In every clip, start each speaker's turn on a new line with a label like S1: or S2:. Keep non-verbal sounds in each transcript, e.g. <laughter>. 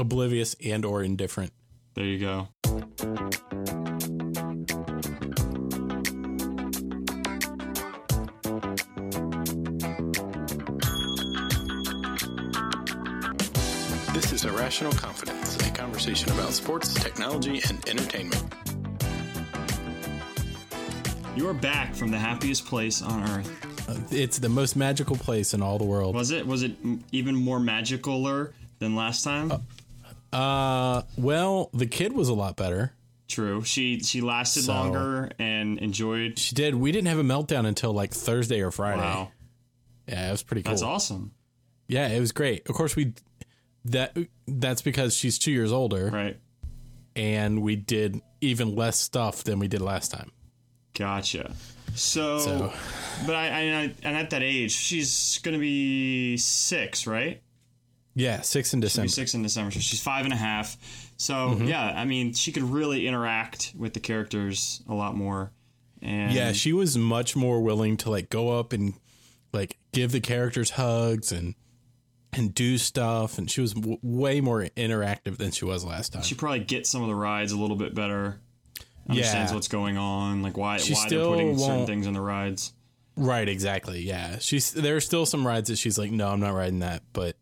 S1: oblivious and or indifferent.
S2: There you go.
S3: This is Irrational Confidence, a conversation about sports, technology, and entertainment.
S2: You're back from the happiest place on earth.
S1: Uh, It's the most magical place in all the world.
S2: Was it? Was it m- even more magicaler than last time?
S1: Uh, well, the kid was a lot better.
S2: True. She she lasted
S1: So-
S2: longer and enjoyed.
S1: She did. We didn't have a meltdown until like Thursday or Friday.
S2: Wow,
S1: Yeah, it was pretty cool.
S2: that's awesome.
S1: Yeah, it was great. Of course, we that that's because she's two years older,
S2: Right.
S1: and we did even less stuff than we did last time.
S2: Gotcha. So,
S1: So-
S2: but I, I and at that age, she's gonna be six, right?
S1: Yeah, six in
S2: She'll be
S1: December. Mm-hmm.
S2: six in December. So she's five and a half. So yeah, I mean, she could really interact with the characters a lot more. And
S1: Yeah, she was much more willing to like go up and like give the characters hugs and and do stuff, and she was w- way more interactive than she was last time.
S2: she probably gets some of the rides a little bit better. Understands
S1: Yeah.
S2: what's going on, like why
S1: She
S2: why they're
S1: still
S2: putting certain
S1: won't-
S2: things on the rides.
S1: right, exactly. Yeah, she's there are still some rides that she's like, no, I'm not riding that, but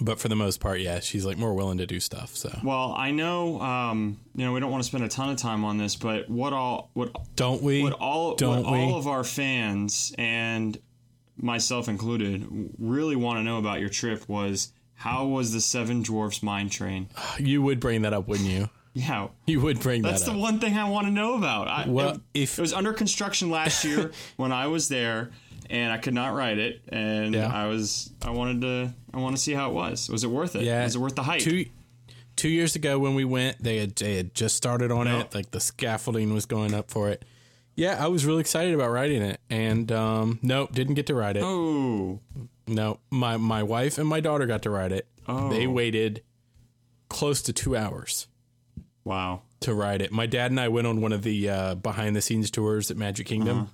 S1: but for the most part, yeah, she's like more willing to do stuff. So
S2: Well, I know, um, you know, we don't want to spend a ton of time on this, but what all what
S1: don't we?
S2: what all
S1: Don't
S2: what
S1: we?
S2: all of our fans and myself included w- really want to know about your trip was how was the Seven Dwarfs Mine Train?
S1: You would bring that up, wouldn't you?
S2: Yeah,
S1: You would bring
S2: that's
S1: that
S2: the
S1: up.
S2: one thing I want to know about. I,
S1: Well,
S2: it,
S1: if-
S2: it was under construction last
S1: <laughs>
S2: year when I was there and I could not ride it, and
S1: Yeah.
S2: I was I wanted to I want to see how it was. Was it worth it?
S1: yeah,
S2: Was it worth the hype?
S1: Two, two years ago when we went, they had they had just started on it. Like the scaffolding was going up for it. Yeah, I was really excited about riding it, and um, nope, didn't get to ride it.
S2: oh,
S1: No, my my wife and my daughter got to ride it. They waited close to two hours
S2: wow.
S1: to ride it. My dad and I went on one of the uh, behind the scenes tours at Magic Kingdom,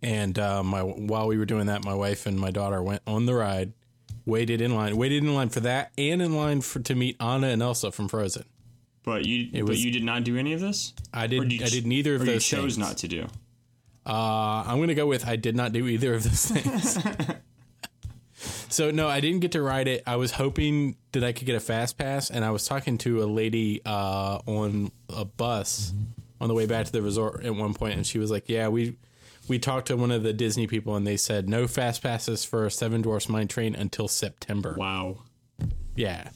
S1: and uh, my while we were doing that, my wife and my daughter went on the ride, waited in line, waited in line for that, and in line for to meet Anna and Elsa from Frozen.
S2: But you but
S1: was-
S2: you did not do any of this.
S1: I did.
S2: you
S1: I
S2: ch-
S1: did neither of
S2: or
S1: those.
S2: you chose
S1: things.
S2: not to do.
S1: Uh, I'm going to go with I did not do either of
S2: <laughs>
S1: those things. so no, I didn't get to ride it. I was hoping that I could get a fast pass, and I was talking to a lady uh, on a bus on the way back to the resort at one point, and she was like, "Yeah, we." We talked to one of the Disney people and they said no fast passes for Seven Dwarfs Mine Train until September.
S2: Wow.
S1: Yeah.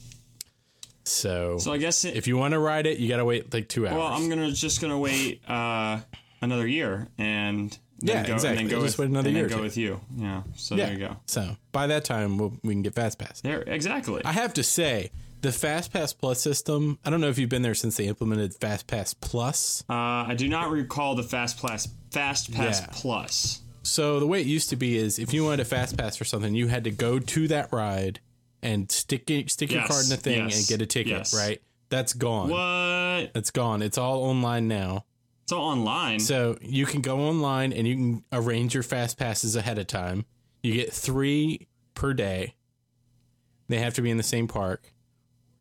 S1: So,
S2: So I guess it,
S1: if you want to ride it, you got to wait like two hours.
S2: Well, I'm gonna just gonna wait uh, another year and then
S1: Yeah,
S2: go,
S1: exactly.
S2: and then go
S1: Just
S2: with
S1: wait another
S2: and
S1: year or
S2: then go
S1: two.
S2: with you. Yeah. So
S1: yeah.
S2: there you go.
S1: So by that time, we'll, we can get fast pass.
S2: There exactly. Uh,
S1: I have to say, the FastPass Plus system, I don't know if you've been there since they implemented FastPass Plus.
S2: uh, I do not recall the fast pass fast pass
S1: Yeah.
S2: plus.
S1: So the way it used to be is if you wanted a fast pass for something, you had to go to that ride and stick it, stick your
S2: Yes,
S1: card in the thing
S2: yes,
S1: and get a ticket,
S2: yes.
S1: right? That's gone.
S2: What?
S1: It's gone. It's all online now.
S2: It's all online.
S1: So you can go online and you can arrange your fast passes ahead of time. You get three per day. They have to be in the same park.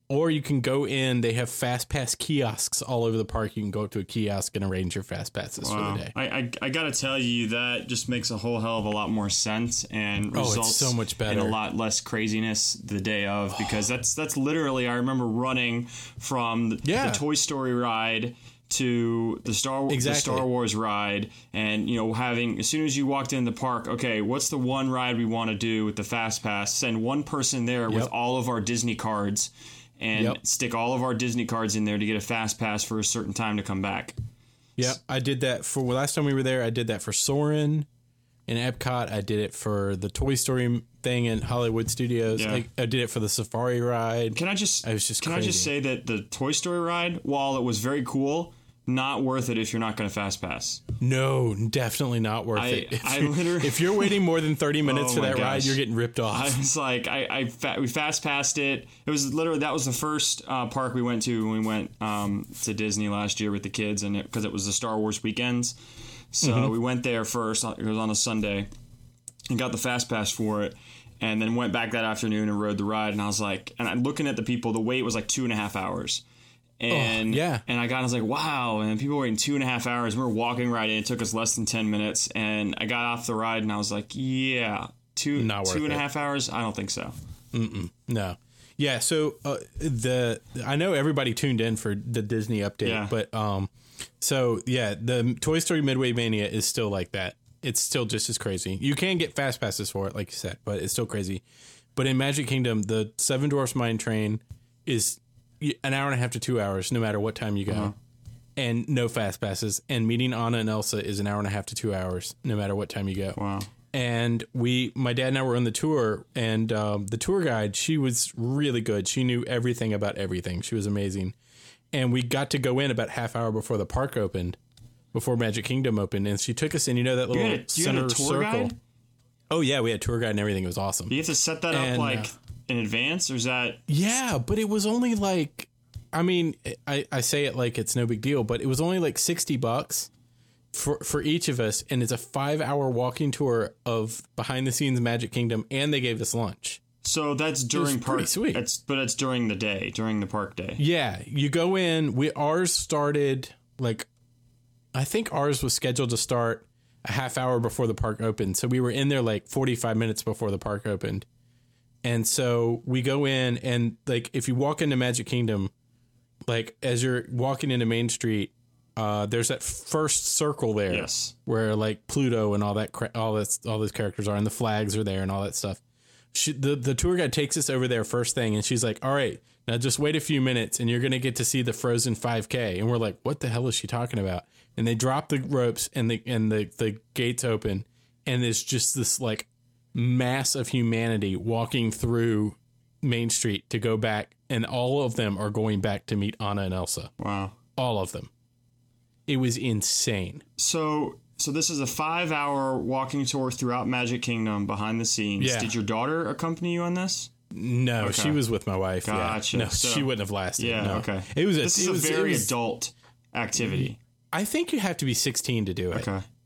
S1: Or you can go in, they have fast pass kiosks all over the park. You can go up to a kiosk and arrange your fast passes
S2: Wow.
S1: for the day.
S2: I, I I gotta tell you that just makes a whole hell of a lot more sense and
S1: Oh, it's
S2: results
S1: so much
S2: in
S1: better.
S2: a lot less craziness the day
S1: <sighs>
S2: of because that's that's literally I remember running from the,
S1: Yeah.
S2: the Toy Story ride to the Star the
S1: Exactly.
S2: Star Wars ride and you know having as soon as you walked in the park okay what's the one ride we want to do with the fast pass send one person there with
S1: Yep.
S2: all of our Disney cards and
S1: Yep.
S2: stick all of our Disney cards in there to get a fast pass for a certain time to come back
S1: Yep. I did that for well, last time we were there, I did that for Soren in Epcot. I did it for the Toy Story thing in Hollywood Studios.
S2: Yeah.
S1: I, I did it for the Safari ride.
S2: Can I just?
S1: was just
S2: Can I just say
S1: crazy.
S2: that the Toy Story ride, while it was very cool, not worth it if you're not going to fast pass.
S1: No, definitely not worth
S2: I-
S1: it. <laughs> If,
S2: I
S1: you,
S2: literally-
S1: if you're waiting more than 30 minutes
S2: <laughs> Oh
S1: for
S2: my
S1: that ride,
S2: gosh.
S1: you're getting ripped
S2: <laughs>
S1: off.
S2: I was like, I, I fa- we fast passed it. It was literally that was the first uh, park we went to when we went um, to Disney last year with the kids, and because it, was the Star Wars weekends, so we went there first. It was on a Sunday, and got the fast pass for it. and then went back that afternoon and rode the ride. And I was like, and I'm looking at the people, the wait was like two and a half hours. And
S1: yeah.
S2: and I got, I was like, wow. And people were waiting two and a half hours. We were walking right in. It took us less than 10 minutes. And I got off the ride and I was like, yeah, two,
S1: Not worth
S2: two and a
S1: it.
S2: half hours. I don't think so.
S1: No. Yeah, so uh, the I know everybody tuned in for the Disney update,
S2: Yeah.
S1: but um so yeah, the Toy Story Midway Mania is still like that. It's still just as crazy. You can get fast passes for it like you said, but it's still crazy. But in Magic Kingdom, the Seven Dwarfs Mine Train is y- an hour and a half to 2 hours no matter what time you go.
S2: Uh-huh.
S1: And no fast passes and meeting Anna and Elsa is an hour and a half to 2 hours no matter what time you go
S2: Wow.
S1: and we my dad and i were on the tour and um, the tour guide she was really good she knew everything about everything she was amazing and we got to go in about half hour before the park opened before magic kingdom opened and she took us in you know that little
S2: had a- you had a
S1: center
S2: tour
S1: circle
S2: guide?
S1: oh yeah we had a tour guide and everything it was awesome
S2: Do you have to set that
S1: And,
S2: up like
S1: uh,
S2: in advance or is that,
S1: yeah but it was only like i mean I, I say it like it's no big deal but it was only like 60 bucks for, for each of us and it's a five hour walking tour of behind the scenes magic kingdom and they gave us lunch
S2: so that's during
S1: pretty
S2: park.
S1: sweet.
S2: That's, but it's during the day, during the park day.
S1: Yeah, you go in. We ours started like, I think ours was scheduled to start a half hour before the park opened. So we were in there like forty five minutes before the park opened, and so we go in and like if you walk into Magic Kingdom, like as you're walking into Main Street, uh, there's that first circle there
S2: Yes.
S1: where like Pluto and all that cra- all that's all those characters are and the flags are there and all that stuff. She, the the tour guide takes us over there first thing and she's like, "All right, now just wait a few minutes and you're going to get to see the Frozen 5K." And we're like, "What the hell is she talking about?" And they drop the ropes and the and the the gates open and it's just this like mass of humanity walking through Main Street to go back and all of them are going back to meet Anna and Elsa.
S2: Wow.
S1: All of them. It was insane.
S2: So, so this is a five-hour walking tour throughout Magic Kingdom behind the scenes.
S1: Yeah.
S2: Did your daughter accompany you on this?
S1: No, she was with my wife. yeah.
S2: Gotcha.
S1: No,
S2: So-
S1: she wouldn't have lasted.
S2: Yeah.
S1: no.
S2: Okay.
S1: It was a,
S2: this
S1: it
S2: is
S1: was,
S2: a
S1: it
S2: very
S1: was-
S2: adult activity.
S1: I think you have to be 16 to do it.
S2: Okay. <laughs>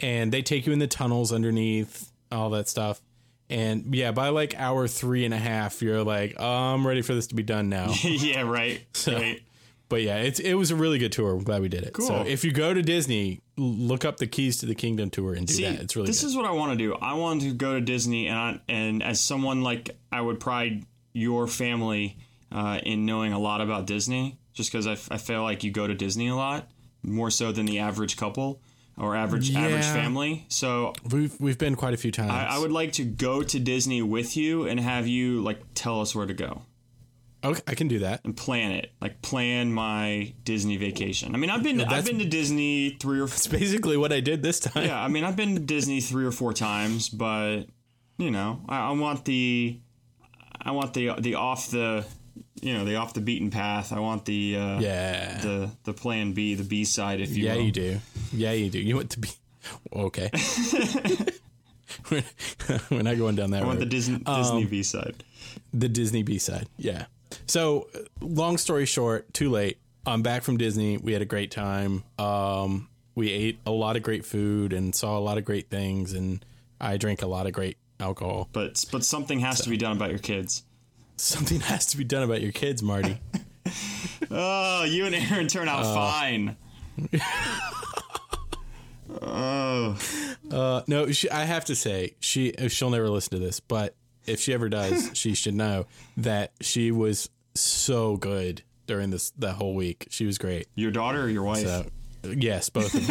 S1: And they take you in the tunnels underneath, all that stuff. And yeah, by like hour three and a half, you're like, I'm ready for this to be done
S2: <laughs>
S1: now.
S2: yeah. Right. Right.
S1: but yeah, it's it was a really good tour. I'm glad we did it. So
S2: Cool.
S1: if you go to Disney, l- look up the Keys to the Kingdom tour and do
S2: See,
S1: that. It's really
S2: this
S1: good.
S2: is what I want to do. I want to go to Disney, and I, and as someone like I would pride your family uh, in knowing a lot about Disney, just because I, f- I feel like you go to Disney a lot more so than the average couple or average average
S1: Yeah.
S2: family. So
S1: we've we've been quite a few times.
S2: I, I would like to go to Disney with you and have you like tell us where to go
S1: okay, I can do that.
S2: and plan it. Like plan my Disney vacation. I mean, I've been I've
S1: that's-
S2: been to Disney three or f-
S1: It's basically what I did this time.
S2: yeah. I mean, I've been to Disney three or four times, but you know, I, I want the I want the the off the you know the off the beaten path. I want the uh,
S1: Yeah.
S2: the the plan B, the B side, if you
S1: yeah,
S2: will.
S1: you do. Yeah, you do. You want to be <laughs> okay. we're, we're not going down that
S2: I want
S1: road.
S2: the
S1: The,
S2: Disney Disney
S1: Um,
S2: B side.
S1: Disney B side. Yeah. So, long story short, too late. I'm back from Disney. We had a great time. Um, we ate a lot of great food and saw a lot of great things, and I drank a lot of great alcohol. <laughs>
S2: But but something has to be done about your kids.
S1: Something has to be done about your kids, Marty.
S2: Oh, you and Aaron turn out fine.
S1: Uh, no, she, I have to say she she'll never listen to this, but if she ever
S2: <laughs>
S1: does, she should know that she was so good during this that whole week. She was great.
S2: Your daughter or your wife?
S1: So, yes, both of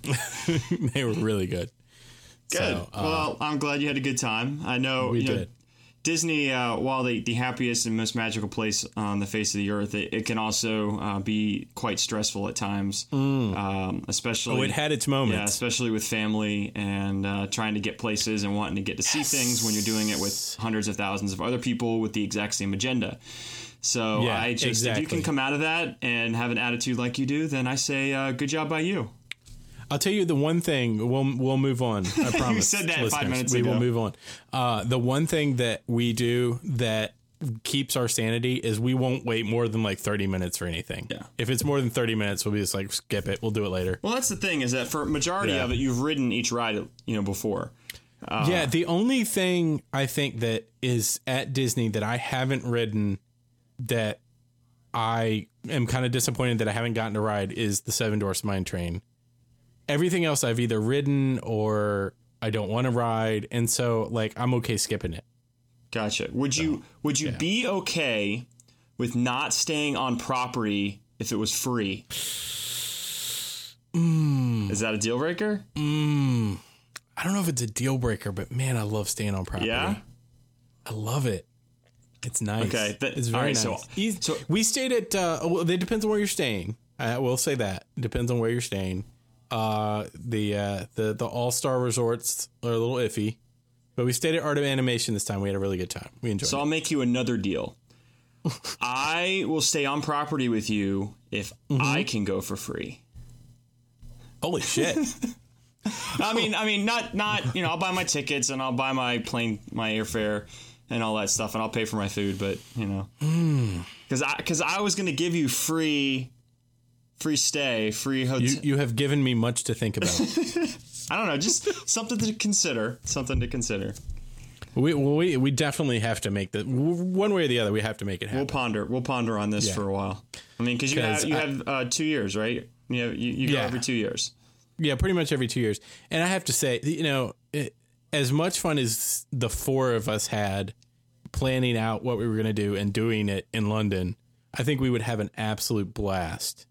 S2: <laughs>
S1: them. <laughs> they were really good.
S2: good.
S1: So, uh,
S2: well, I'm glad you had a good time. I know
S1: we
S2: you know,
S1: did.
S2: Disney, uh, while the, the happiest and most magical place on the face of the earth, it, it can also uh, be quite stressful at times, um, especially
S1: Mm. Oh, It had its
S2: yeah,
S1: moments.
S2: especially with family and uh, trying to get places and wanting to get to see things when you're doing it with hundreds of thousands of other people with the exact same agenda. So
S1: Yeah,
S2: I just if you
S1: exactly.
S2: can come out of that and have an attitude like you do, then I say uh, good job by you.
S1: I'll tell you the one thing. We'll we'll move
S2: <laughs>
S1: on. I promise.
S2: said that five
S1: listeners.
S2: minutes
S1: We
S2: ago.
S1: will move on. Uh, the one thing that we do that keeps our sanity is we won't wait more than like thirty minutes for anything.
S2: Yeah.
S1: If it's more than thirty minutes, we'll be just like skip it. We'll do it later.
S2: Well, that's the thing is that for majority
S1: Yeah.
S2: of it, you've ridden each ride, you know, before.
S1: yeah, the only thing I think that is at Disney that I haven't ridden that I am kind of disappointed that I haven't gotten to ride is the Seven Dwarfs Mine Train. Everything else I've either ridden or I don't want to ride, and so like I'm okay skipping it.
S2: Gotcha. Would you would you be okay with not staying on property if it was free? Is that a deal breaker?
S1: I don't know if it's a deal breaker, but man, I love staying on property.
S2: Yeah.
S1: I love it. It's nice.
S2: Okay, th-
S1: it's very
S2: alright,
S1: nice.
S2: so-
S1: Eas-
S2: so-
S1: we stayed at. Uh, well, it depends on where you're staying. I will say that depends on where you're staying. Uh, the uh, the the All Star Resorts are a little iffy, but we stayed at Art of Animation this time. We had a really good time. We enjoyed.
S2: So
S1: it.
S2: I'll make you another deal. I will stay on property with you if I can go for free.
S1: Holy <laughs> shit!
S2: I mean, I mean, not not you know, I'll buy my tickets and I'll buy my plane, my airfare, and all that stuff, and I'll pay for my food. But you know,
S1: Hmm.
S2: because I because I was gonna give you free, free stay, free hotel.
S1: you you have given me much to think about.
S2: I don't know, just something to consider. Something to consider.
S1: we well, we we definitely have to make the w- one way or the other. We have to make it happen.
S2: We'll ponder. We'll ponder on this
S1: Yeah.
S2: for a while. I mean, because you
S1: 'Cause
S2: have you
S1: I-
S2: have uh, two years, right? You have, you, you
S1: Yeah.
S2: go every two years.
S1: Yeah, pretty much every two years. And I have to say, you know, it, as much fun as the four of us had planning out what we were going to do and doing it in London, I think we would have an absolute blast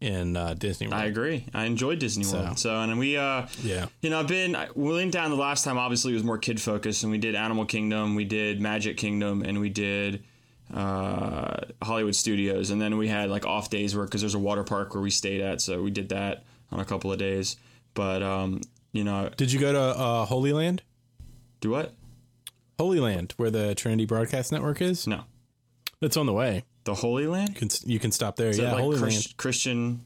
S1: in uh, Disney World.
S2: I agree. I enjoyed Disney World. So, and we, uh,
S1: yeah.
S2: you know, I've been, I- we went down the last time, obviously, was more kid focused, and we did Animal Kingdom, we did Magic Kingdom, and we did uh, Hollywood Studios. And then we had like off days where, because there's a water park where we stayed at. So we did that on a couple of days. But, um, you know,
S1: Did you go to uh, Holy Land?
S2: do what?
S1: Holy Land, where the Trinity Broadcast Network is?
S2: No.
S1: It's on the way.
S2: The Holy Land?
S1: You can, you can stop there.
S2: Is that,
S1: yeah,
S2: like
S1: Holy
S2: Chris-
S1: Land.
S2: Christian.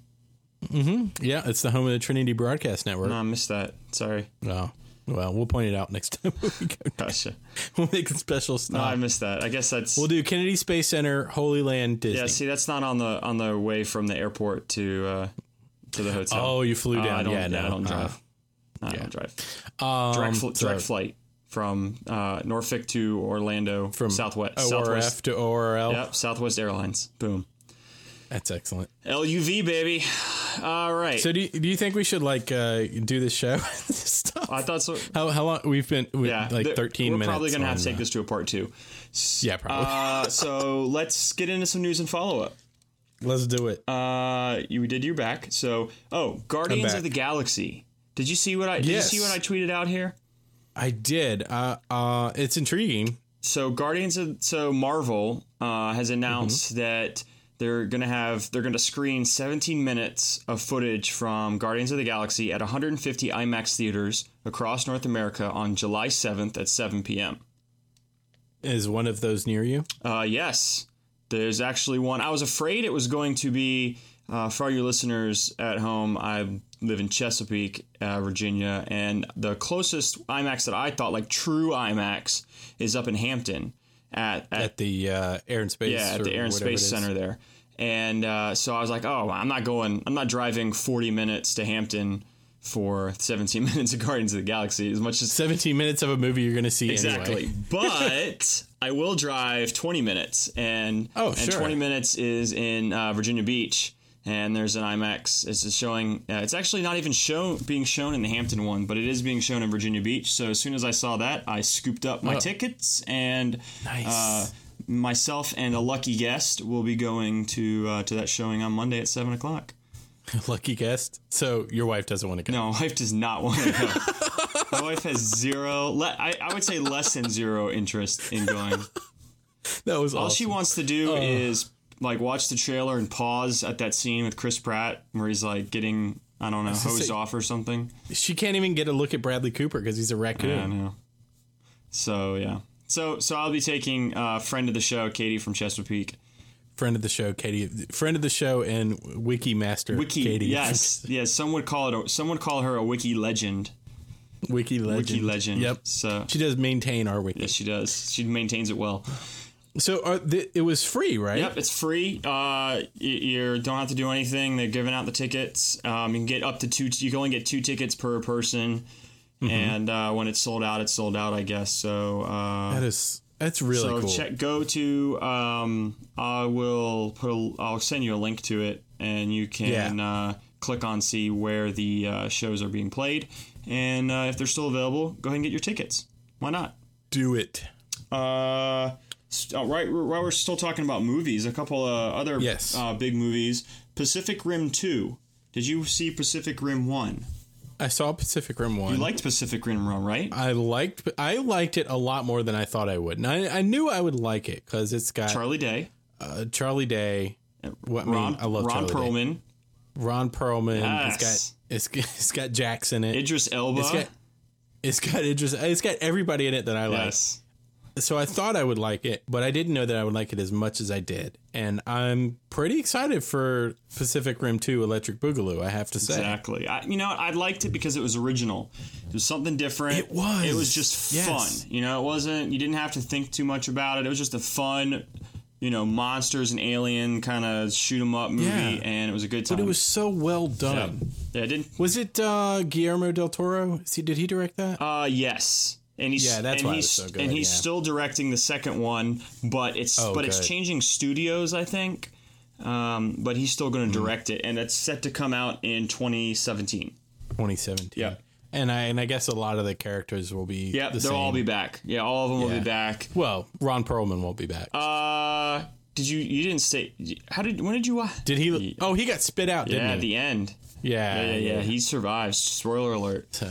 S1: Yeah, it's the home of the Trinity Broadcast Network.
S2: No, I missed that.
S1: <laughs>
S2: Sorry.
S1: Oh, well, we'll point it out next <laughs> time we go.
S2: Gotcha.
S1: We'll make a special
S2: No, I
S1: stop.
S2: missed that. I guess that's.
S1: we'll do Kennedy Space Center, Holy Land, Disney.
S2: Yeah, see, that's not on the on the way from the airport to uh, to the hotel.
S1: Oh, you flew
S2: Uh,
S1: down.
S2: I don't,
S1: yeah, no,
S2: I don't
S1: uh,
S2: drive. I don't drive.
S1: um,
S2: Direct, fl-
S1: so
S2: direct flight from uh, Norfolk to Orlando
S1: from
S2: from Southwest.
S1: ORF
S2: Southwest.
S1: to ORL.
S2: Yep, Southwest Airlines. Boom.
S1: That's excellent.
S2: LUV baby. All right.
S1: So do you, do you think we should like uh, do this show <laughs> stuff?
S2: I thought so.
S1: how, how long we've been? We,
S2: Yeah,
S1: like
S2: th-
S1: 13
S2: We're
S1: minutes.
S2: probably gonna have
S1: on
S2: to take
S1: the-
S2: this to a part
S1: <laughs>
S2: two. S-
S1: Yeah, probably.
S2: Uh, so let's get into some news and follow up.
S1: Let's do it.
S2: Uh, you did your back. So, oh, Guardians
S1: back.
S2: of the Galaxy. Did you see what I? Did
S1: Yes.
S2: you see what I tweeted out here?
S1: I did. Uh, uh, it's intriguing.
S2: so Guardians of so Marvel uh, has announced that they're gonna have they're gonna screen 17 minutes of footage from Guardians of the Galaxy at 150 IMAX theaters across North America on July 7th at 7 p.m.
S1: Is one of those near you?
S2: Uh, yes, there's actually one. I was afraid it was going to be uh, for your listeners at home. I live in Chesapeake, uh, Virginia, and the closest IMAX that I thought, like true IMAX, is up in Hampton at at
S1: At the uh, Air and Space.
S2: yeah, at
S1: or
S2: the Air and
S1: whatever it
S2: Space
S1: is.
S2: Center there. And uh, so I was like, oh, I'm not going, I'm not driving 40 minutes to Hampton for 17 <laughs> minutes of Guardians of the Galaxy as much as.
S1: 17 minutes of a movie you're going to see
S2: Exactly.
S1: anyway.
S2: but I will drive 20 minutes. And,
S1: Oh,
S2: and
S1: sure.
S2: 20 minutes is in uh, Virginia Beach. And there's an IMAX. It's just showing. Uh, it's actually not even shown being shown in the Hampton one, but it is being shown in Virginia Beach. So as soon as I saw that, I scooped up my tickets and
S1: Oh. Nice.
S2: uh, myself and a lucky guest will be going to uh, to that showing on Monday at seven o'clock.
S1: <laughs> Lucky guest. So your wife doesn't want to go.
S2: No, my wife does not want
S1: <laughs>
S2: to go. my wife has zero. Le- I, I would say less than zero interest in going.
S1: That was
S2: All
S1: all
S2: she wants to
S1: Oh.
S2: do is like watch the trailer and pause at that scene with Chris Pratt where he's like getting I don't know hosed
S1: say-
S2: off or something.
S1: She can't even get a look at Bradley Cooper because he's a raccoon.
S2: I know. So yeah. So so I'll be taking uh, friend of the show Katie from Chesapeake.
S1: friend of the show, Katie. Friend of the show and Wiki Master,
S2: Wiki,
S1: Katie.
S2: yes, yes. Some would call it. A, some would call her a wiki legend.
S1: <laughs> Wiki legend.
S2: Wiki legend.
S1: Yep.
S2: So
S1: She does maintain our wiki.
S2: yes, she does. She maintains it well.
S1: So are th- it was free, right?
S2: Yep, it's free. Uh, you, you don't have to do anything. They're giving out the tickets. Um, you can get up to two. You can only get two tickets per person. and uh, when it's sold out, it's sold out. I guess so. Uh,
S1: That is that's really
S2: so
S1: cool.
S2: check go to um i will put a i'll send you a link to it and you can uh, click on see where the uh, shows are being played and uh, if they're still available go ahead and get your tickets why not
S1: Do it.
S2: uh s- uh, right while we're still talking about movies a couple of other
S1: Yes.
S2: uh, big movies pacific rim 2 did you see pacific rim 1
S1: I saw Pacific Rim one.
S2: you liked pacific rim 1 right
S1: I liked I liked it a lot more than I thought I would. And I, I knew I would like it because it's got
S2: charlie day
S1: uh, Charlie Day. What I
S2: ron,
S1: mean, I love Charlie
S2: ron
S1: Day.
S2: perlman
S1: Ron Perlman.
S2: Yes.
S1: It's <laughs> got it's, it's got Jackson in it.
S2: idris elba
S1: it's got it's got interest. It's got everybody in it that I like.
S2: yes
S1: So I thought I would like it, but I didn't know that I would like it as much as I did. And I'm pretty excited for Pacific Rim 2 Electric Boogaloo, I have to say.
S2: Exactly. I, you know, I liked it because it was original. It was something different.
S1: It was.
S2: It was just
S1: Yes.
S2: fun. You know, it wasn't. You didn't have to think too much about it. It was just a fun, you know, monsters and alien kind of shoot 'em up movie,
S1: Yeah.
S2: and it was a good time.
S1: But it was so well
S2: Yeah.
S1: done.
S2: Yeah, it didn't.
S1: Was it uh, Guillermo del Toro? Is he- did he direct that?
S2: Uh, yes. And he's
S1: Yeah, that's
S2: and
S1: why it
S2: he's,
S1: was so good,
S2: And he's
S1: yeah.
S2: still directing the second one, but it's
S1: Oh,
S2: but
S1: good.
S2: it's changing studios, I think. Um, but he's still
S1: Hmm.
S2: going to direct it, and it's set to come out in 2017.
S1: 2017.
S2: Yeah.
S1: And I and I guess a lot of the characters will be
S2: Yeah,
S1: the
S2: they'll all
S1: same.
S2: be back. Yeah, all of them will
S1: Yeah.
S2: be back.
S1: Well, Ron Perlman won't be back.
S2: Uh, did you? You didn't stay. How did? When did you? Uh,
S1: did he? Oh, he got spit out,
S2: yeah,
S1: didn't
S2: at
S1: he?
S2: the end.
S1: yeah,
S2: Yeah, yeah, he survives. Spoiler alert.
S1: So,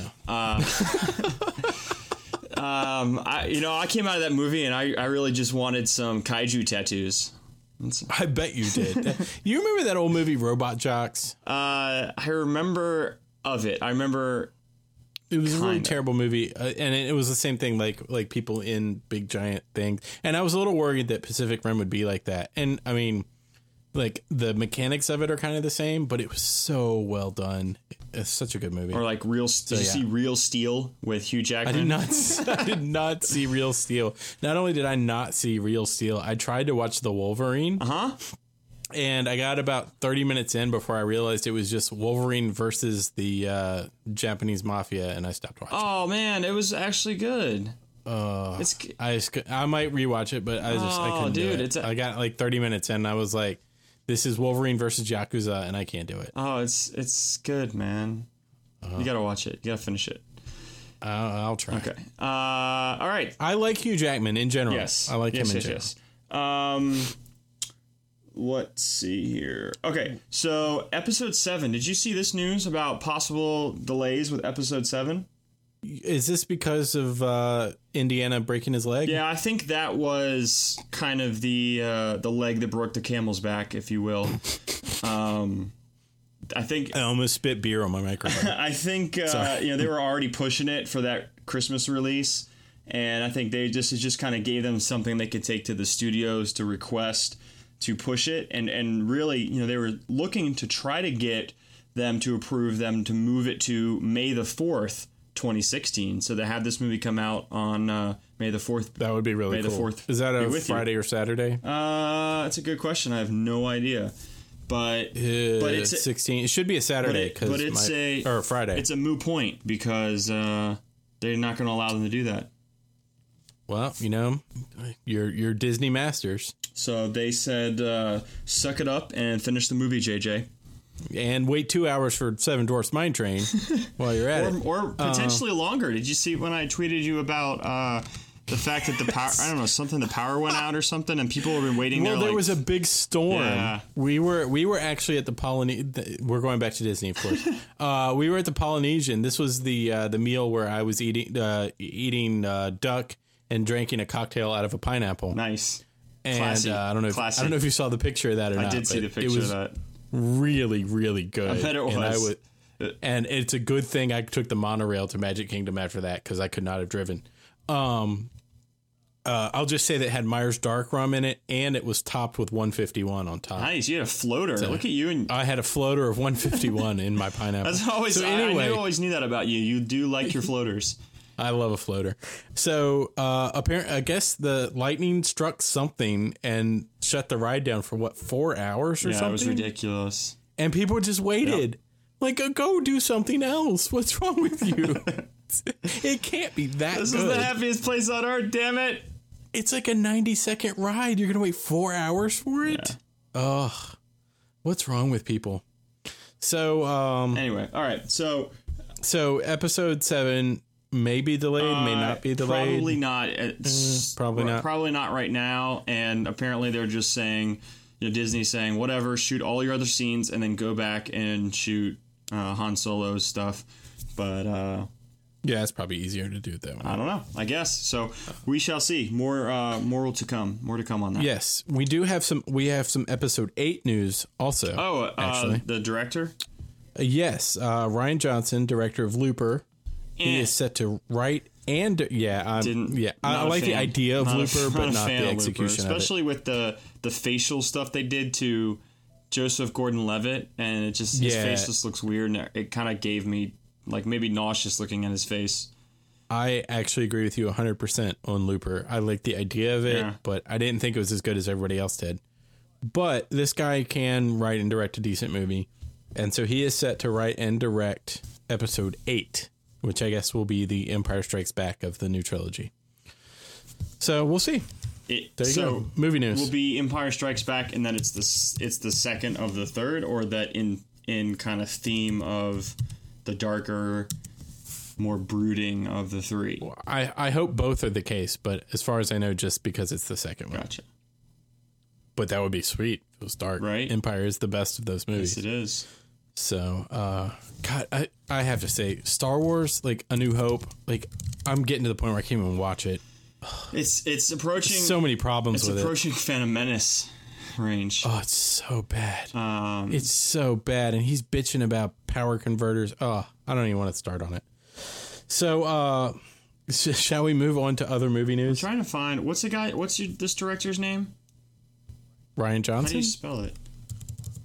S2: Um, I, you know, I came out of that movie and I, I really just wanted some kaiju tattoos.
S1: I bet you did. <laughs> you remember that old movie Robot Jocks?
S2: Uh, I remember of it. I remember.
S1: It was a really
S2: Kinda.
S1: terrible movie, uh, and it, it was the same thing. Like like people in big giant things, and I was a little worried that Pacific Rim would be like that. And I mean, like the mechanics of it are kind of the same, but it was so well done. It's such a good movie.
S2: Or like real, did you
S1: yeah.
S2: see Real Steel with Hugh
S1: I
S2: Jackman?
S1: did not. <laughs> I did not see Real Steel. Not only did I not see Real Steel, I tried to watch The Wolverine. Uh
S2: Huh?
S1: And I got about thirty minutes in before I realized it was just Wolverine versus the uh, Japanese mafia, and I stopped watching.
S2: Oh man, it was actually good.
S1: Uh,
S2: It's
S1: I just, cou- I might rewatch it, but I just I
S2: Oh,
S1: couldn't do
S2: dude,
S1: it.
S2: it's a-
S1: I got like thirty minutes in, and I was like, "This is Wolverine versus Yakuza," and I can't do it.
S2: oh, it's it's good, man. You gotta watch it. You gotta finish it.
S1: I'll, I'll try.
S2: Okay. Uh, all right.
S1: I like Hugh Jackman in general.
S2: Yes,
S1: I like
S2: yes,
S1: him in
S2: yes,
S1: general.
S2: yes. Um, let's see here. Okay, so episode seven. Did you see this news about possible delays with episode seven?
S1: Is this because of uh, Indiana breaking his leg?
S2: Yeah, I think that was kind of the uh, the leg that broke the camel's back, if you will. um, I think
S1: I almost spit beer on my
S2: <laughs>
S1: microphone.
S2: I think uh, you know they were already pushing it for that Christmas release, and I think they just it just kind of gave them something they could take to the studios to request to push it, and and really you know they were looking to try to get them to approve them to move it to May the fourth, twenty sixteen. So they had this movie come out on uh, May the fourth.
S1: that would be really
S2: May the
S1: cool.
S2: 4th
S1: Is that
S2: be
S1: a
S2: with you.
S1: Friday or Saturday?
S2: Uh, that's a good question. I have no idea, but but it's a,
S1: Uh, sixteen. It should be a Saturday
S2: it-
S1: because
S2: but it's a-
S1: or Friday.
S2: it's a moot point because uh, they're not going to allow them to do that.
S1: well, you know, you're you're Disney masters,
S2: So they said, uh, suck it up and finish the movie, JJ.
S1: and wait two hours for Seven Dwarfs Mine Train
S2: <laughs>
S1: while you're at
S2: Or,
S1: it.
S2: or potentially longer. Did you see when I tweeted you about uh, the fact that the power, I don't know, something, the power went out or something, and people have been waiting
S1: Well,
S2: there,
S1: there
S2: like,
S1: was a big storm.
S2: Yeah.
S1: We were we were actually at the Polynesian. We're going back to Disney, of
S2: <laughs>
S1: course. uh, we were at the Polynesian. This was the uh, the meal where I was eating uh, eating uh, duck and drinking a cocktail out of a pineapple.
S2: nice.
S1: And
S2: Classy.
S1: uh, I don't know. If, I
S2: Classy.
S1: don't know if you saw the picture of that or
S2: I
S1: not.
S2: did see the
S1: Uh, but
S2: picture
S1: It was
S2: of that.
S1: really, really good. I
S2: bet it
S1: And,
S2: was.
S1: wa- and it's a good thing I took the monorail to Magic Kingdom after that because I could not have driven. Um, uh, I'll just say that it had Myers Dark Rum in it, and it was topped with 151 on top.
S2: Nice. You had a floater. Look at you. And <laughs>
S1: I had a floater of 151 in my pineapple.
S2: that's always,
S1: uh, so
S2: I- I,
S1: anyway,
S2: knew, always knew that about you. You do like
S1: <laughs>
S2: your floaters.
S1: I love a floater. So uh, apparent, I guess the lightning struck something and shut the ride down for what four hours or
S2: Yeah,
S1: something.
S2: it was ridiculous.
S1: uh, and people just waited. Like, go, go do something else. What's wrong with you? <laughs> It can't be that
S2: This is
S1: good.
S2: the happiest place on earth, damn it.
S1: it's like a 90 second ride. You're going to wait four hours for it? Ugh. What's wrong with people? So, um,
S2: Anyway, all right. So
S1: so episode seven may be delayed, may
S2: uh,
S1: not be delayed.
S2: Probably not. It's,
S1: probably not.
S2: Probably not right now. And apparently, they're just saying, you know, Disney's saying, whatever, shoot all your other scenes, and then go back and shoot uh, Han Solo's stuff. But uh,
S1: Yeah, it's probably easier to do it that way.
S2: I don't know. I guess so. We shall see. More, uh, more to come. More to come on that.
S1: Yes, we do have some. We have some episode eight news also.
S2: Oh, uh,
S1: Actually.
S2: the director. Oh.
S1: yes, uh, Ryan Johnson, director of Looper, he
S2: Eh.
S1: is set to write and yeah, i
S2: Didn't-
S1: yeah. I
S2: not a
S1: like the
S2: fan.
S1: idea of
S2: Not a-
S1: Looper,
S2: a
S1: but not
S2: fan
S1: the
S2: of Looper,
S1: execution of it.
S2: especially with the the facial stuff they did to Joseph Gordon-Levitt, and it just his
S1: Yeah.
S2: face just looks weird, and it kind of gave me like maybe nauseous looking at his face.
S1: I actually agree with you 100% on Looper. I like the idea of it,
S2: Yeah.
S1: but I didn't think it was as good as everybody else did. But this guy can write and direct a decent movie. And so he is set to write and direct episode 8, which I guess will be the Empire Strikes Back of the new trilogy. So we'll see.
S2: It,
S1: There you
S2: so
S1: go. Movie news.
S2: will be Empire Strikes Back, and then it's the s- it's the second of the third, or that in in kind of theme of the darker, more brooding of the three.
S1: I, I hope both are the case, but as far as I know, just because it's the second one.
S2: Gotcha.
S1: But that would be sweet. if It was dark.
S2: Right.
S1: Empire is the best of those movies.
S2: Yes, it is.
S1: So, uh, God, I, I have to say, Star Wars, like A New Hope, like I'm getting to the point where I can't even watch it.
S2: It's it's approaching
S1: So many problems
S2: it's
S1: with it.
S2: approaching Phantom Menace range.
S1: Oh, it's so bad.
S2: Um,
S1: It's so bad. And he's bitching about power converters. Oh, I don't even want to start on it. So, uh, sh- shall we move on to other movie news?
S2: trying to find what's the guy? What's your, this director's name?
S1: Ryan
S2: How do you
S1: Johnson?
S2: spell it?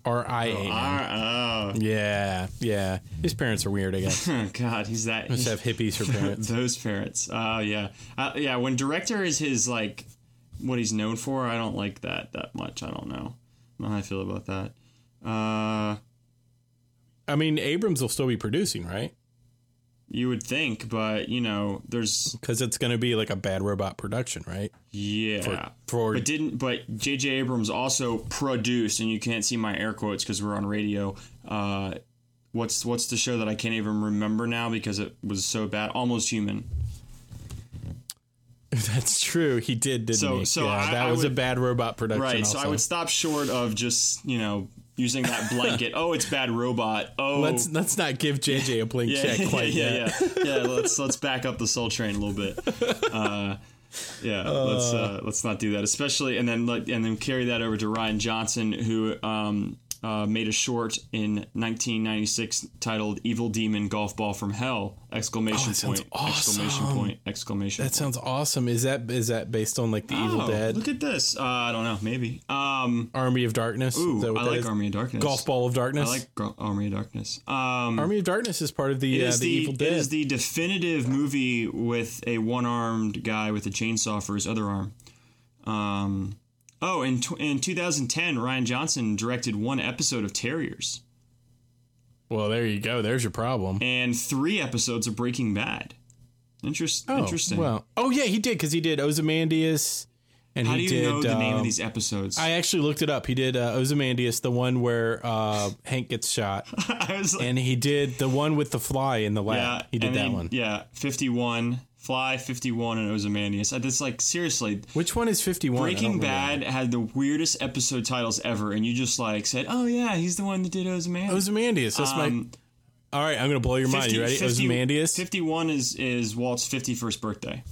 S1: R I A.
S2: R. Oh,
S1: Yeah, yeah. His parents are weird, I guess.
S2: oh <laughs> God, he's that.
S1: Must have hippies for parents.
S2: those parents. Oh yeah, uh, yeah. When director is his like what he's known for, I don't like that that much. I don't know. I don't know how I feel about that. Uh,
S1: I mean, Abrams will still be producing, right?
S2: you would think, but you know, there's
S1: Because it's going to be like a bad robot production, right?
S2: yeah.
S1: for
S2: but didn't but J.J. Abrams also produced, and you can't see my air quotes because we're on radio. Uh, what's what's the show that I can't even remember now because it was so bad? Almost Human.
S1: <laughs> That's true. He did, didn't
S2: So-
S1: he?
S2: so
S1: yeah,
S2: I-
S1: that
S2: I
S1: was a
S2: would-
S1: bad robot production.
S2: Right.
S1: Also.
S2: So I would stop short of just you know using
S1: <laughs>
S2: that blanket. oh, it's bad robot.
S1: <laughs>
S2: Oh,
S1: let's let's not give JJ a blank
S2: <laughs> yeah,
S1: check quite
S2: yeah,
S1: yet.
S2: yeah, yeah. Let's let's back up the Soul Train a little bit. Uh, yeah, let's uh, let's not do that, especially and then like and then carry that over to Ryan Johnson, who um, uh, made a short in 1996 titled "Evil Demon Golf Ball from Hell!" Exclamation
S1: Oh, that sounds
S2: point! Exclamation
S1: awesome.
S2: point! Exclamation
S1: That sounds awesome. Is that is that based on like the
S2: point!
S1: Evil
S2: Oh,
S1: Dead
S2: Look at this. Uh, I don't know. Maybe. Um,
S1: Army of Darkness? Is
S2: ooh,
S1: that what
S2: I
S1: that
S2: like
S1: is?
S2: Army of Darkness.
S1: Golf Ball of
S2: I
S1: Darkness.
S2: like Gro- Army of Darkness. Um,
S1: Army of Darkness is part of the,
S2: It
S1: uh,
S2: is
S1: the, Evil
S2: It
S1: Dead.
S2: is the definitive movie with a one-armed guy with a chainsaw for his other arm. Um, oh, in tw- in 2010, Ryan Johnson directed one episode of Terriers
S1: well, there you go. There's your problem.
S2: and three episodes of Breaking Bad. Interest-
S1: Oh,
S2: interesting.
S1: Well, oh yeah, he did because he did Ozymandias, and
S2: How do
S1: he
S2: you
S1: did.
S2: know the name
S1: um,
S2: of these episodes?
S1: I actually looked it up. He did uh, Ozymandias, the one where uh, Hank gets shot,
S2: <laughs> I was like,
S1: and he did the one with the fly in the lab.
S2: yeah,
S1: he did
S2: and
S1: that
S2: then-
S1: one.
S2: Yeah, 51, Fly 51, and Ozymandias. I just like seriously.
S1: Which one is 51? I don't
S2: Breaking
S1: remember.
S2: Bad had the weirdest episode titles ever, and you just like said, "Oh yeah, he's the one that did Ozymandias."
S1: Ozymandias. That's
S2: Um,
S1: my. All right, I'm going to blow your mind. You ready?
S2: 50
S1: Ozymandias?
S2: 51 is, is Walt's
S1: <laughs>
S2: 51st birthday.